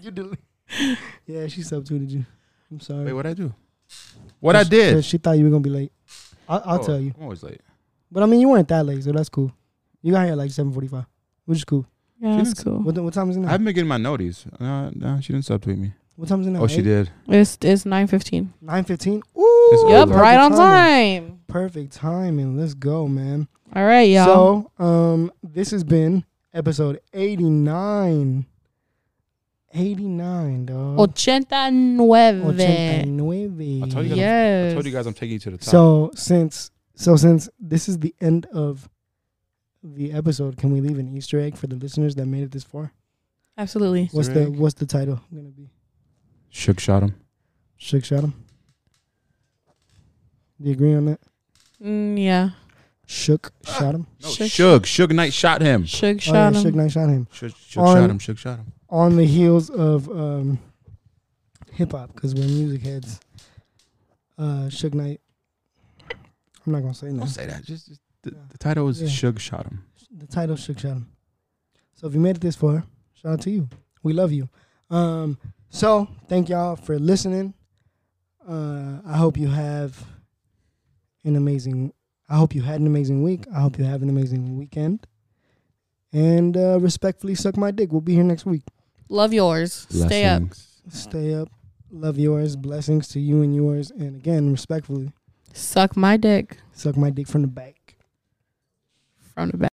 S1: you del- yeah, she substituted you. I'm sorry.
S3: Wait, what I do? What I did?
S1: She thought you were gonna be late. I'll, I'll
S3: Oh,
S1: tell you.
S3: I'm always late.
S1: But I mean, you weren't that late, so that's cool. You got here at like 7:45, which is cool.
S2: Yeah,
S3: She
S2: that's cool.
S1: What, what time is it
S3: I
S1: now?
S3: haven't been getting my noties. No, no, she didn't subtweet me.
S1: What time is it now?
S3: Oh, she did.
S2: It's it's nine fifteen.
S1: 9:15. Ooh.
S3: It's
S2: Yep,
S3: over.
S2: right on
S1: perfect timing.
S2: time.
S1: Perfect timing. Let's go, man.
S2: All right, y'all.
S1: So, um, this has been episode 89. 89, dog.
S2: Oh, Ochenta nueve.
S1: 89.
S3: I told you guys.
S2: Yes.
S3: I told you guys I'm taking you to the top.
S1: So since so since this is the end of the episode, can we leave an Easter egg for the listeners that made it this far?
S2: Absolutely.
S1: what's
S3: Easter
S1: the
S3: egg?
S1: what's the title gonna be?
S3: Shook shot him.
S1: Shook shot 'em. Do you agree on that?
S2: Mm, yeah.
S1: Shook
S3: Ah,
S1: shot him.
S3: No,
S2: Shook-
S3: Suge. Suge Knight shot him.
S2: Shug
S1: Oh yeah,
S2: shot
S1: Shook
S2: him.
S1: Knight shot him.
S3: Suge, Suge
S1: On-
S3: shot him. Suge shot him.
S1: On the heels of um, hip hop, because we're music heads. Uh, Shook Knight. I'm not gonna say
S3: Don't
S1: nothing.
S3: say that. Just, just the,
S1: Yeah.
S3: the title is
S1: Yeah.
S3: Suge shot him.
S1: the title shook shout 'em. So if you made it this far, shout out to you. We love you. Um, so thank y'all for listening. Uh, I hope you have an amazing. I hope you had an amazing week. I hope you have an amazing weekend. And uh, respectfully, suck my dick. We'll be here next week.
S2: Love yours. Stay up.
S1: Stay up. Love yours. Blessings to you and yours. And again, respectfully,
S2: Suck my dick
S1: suck my dick from the back.
S2: from the back.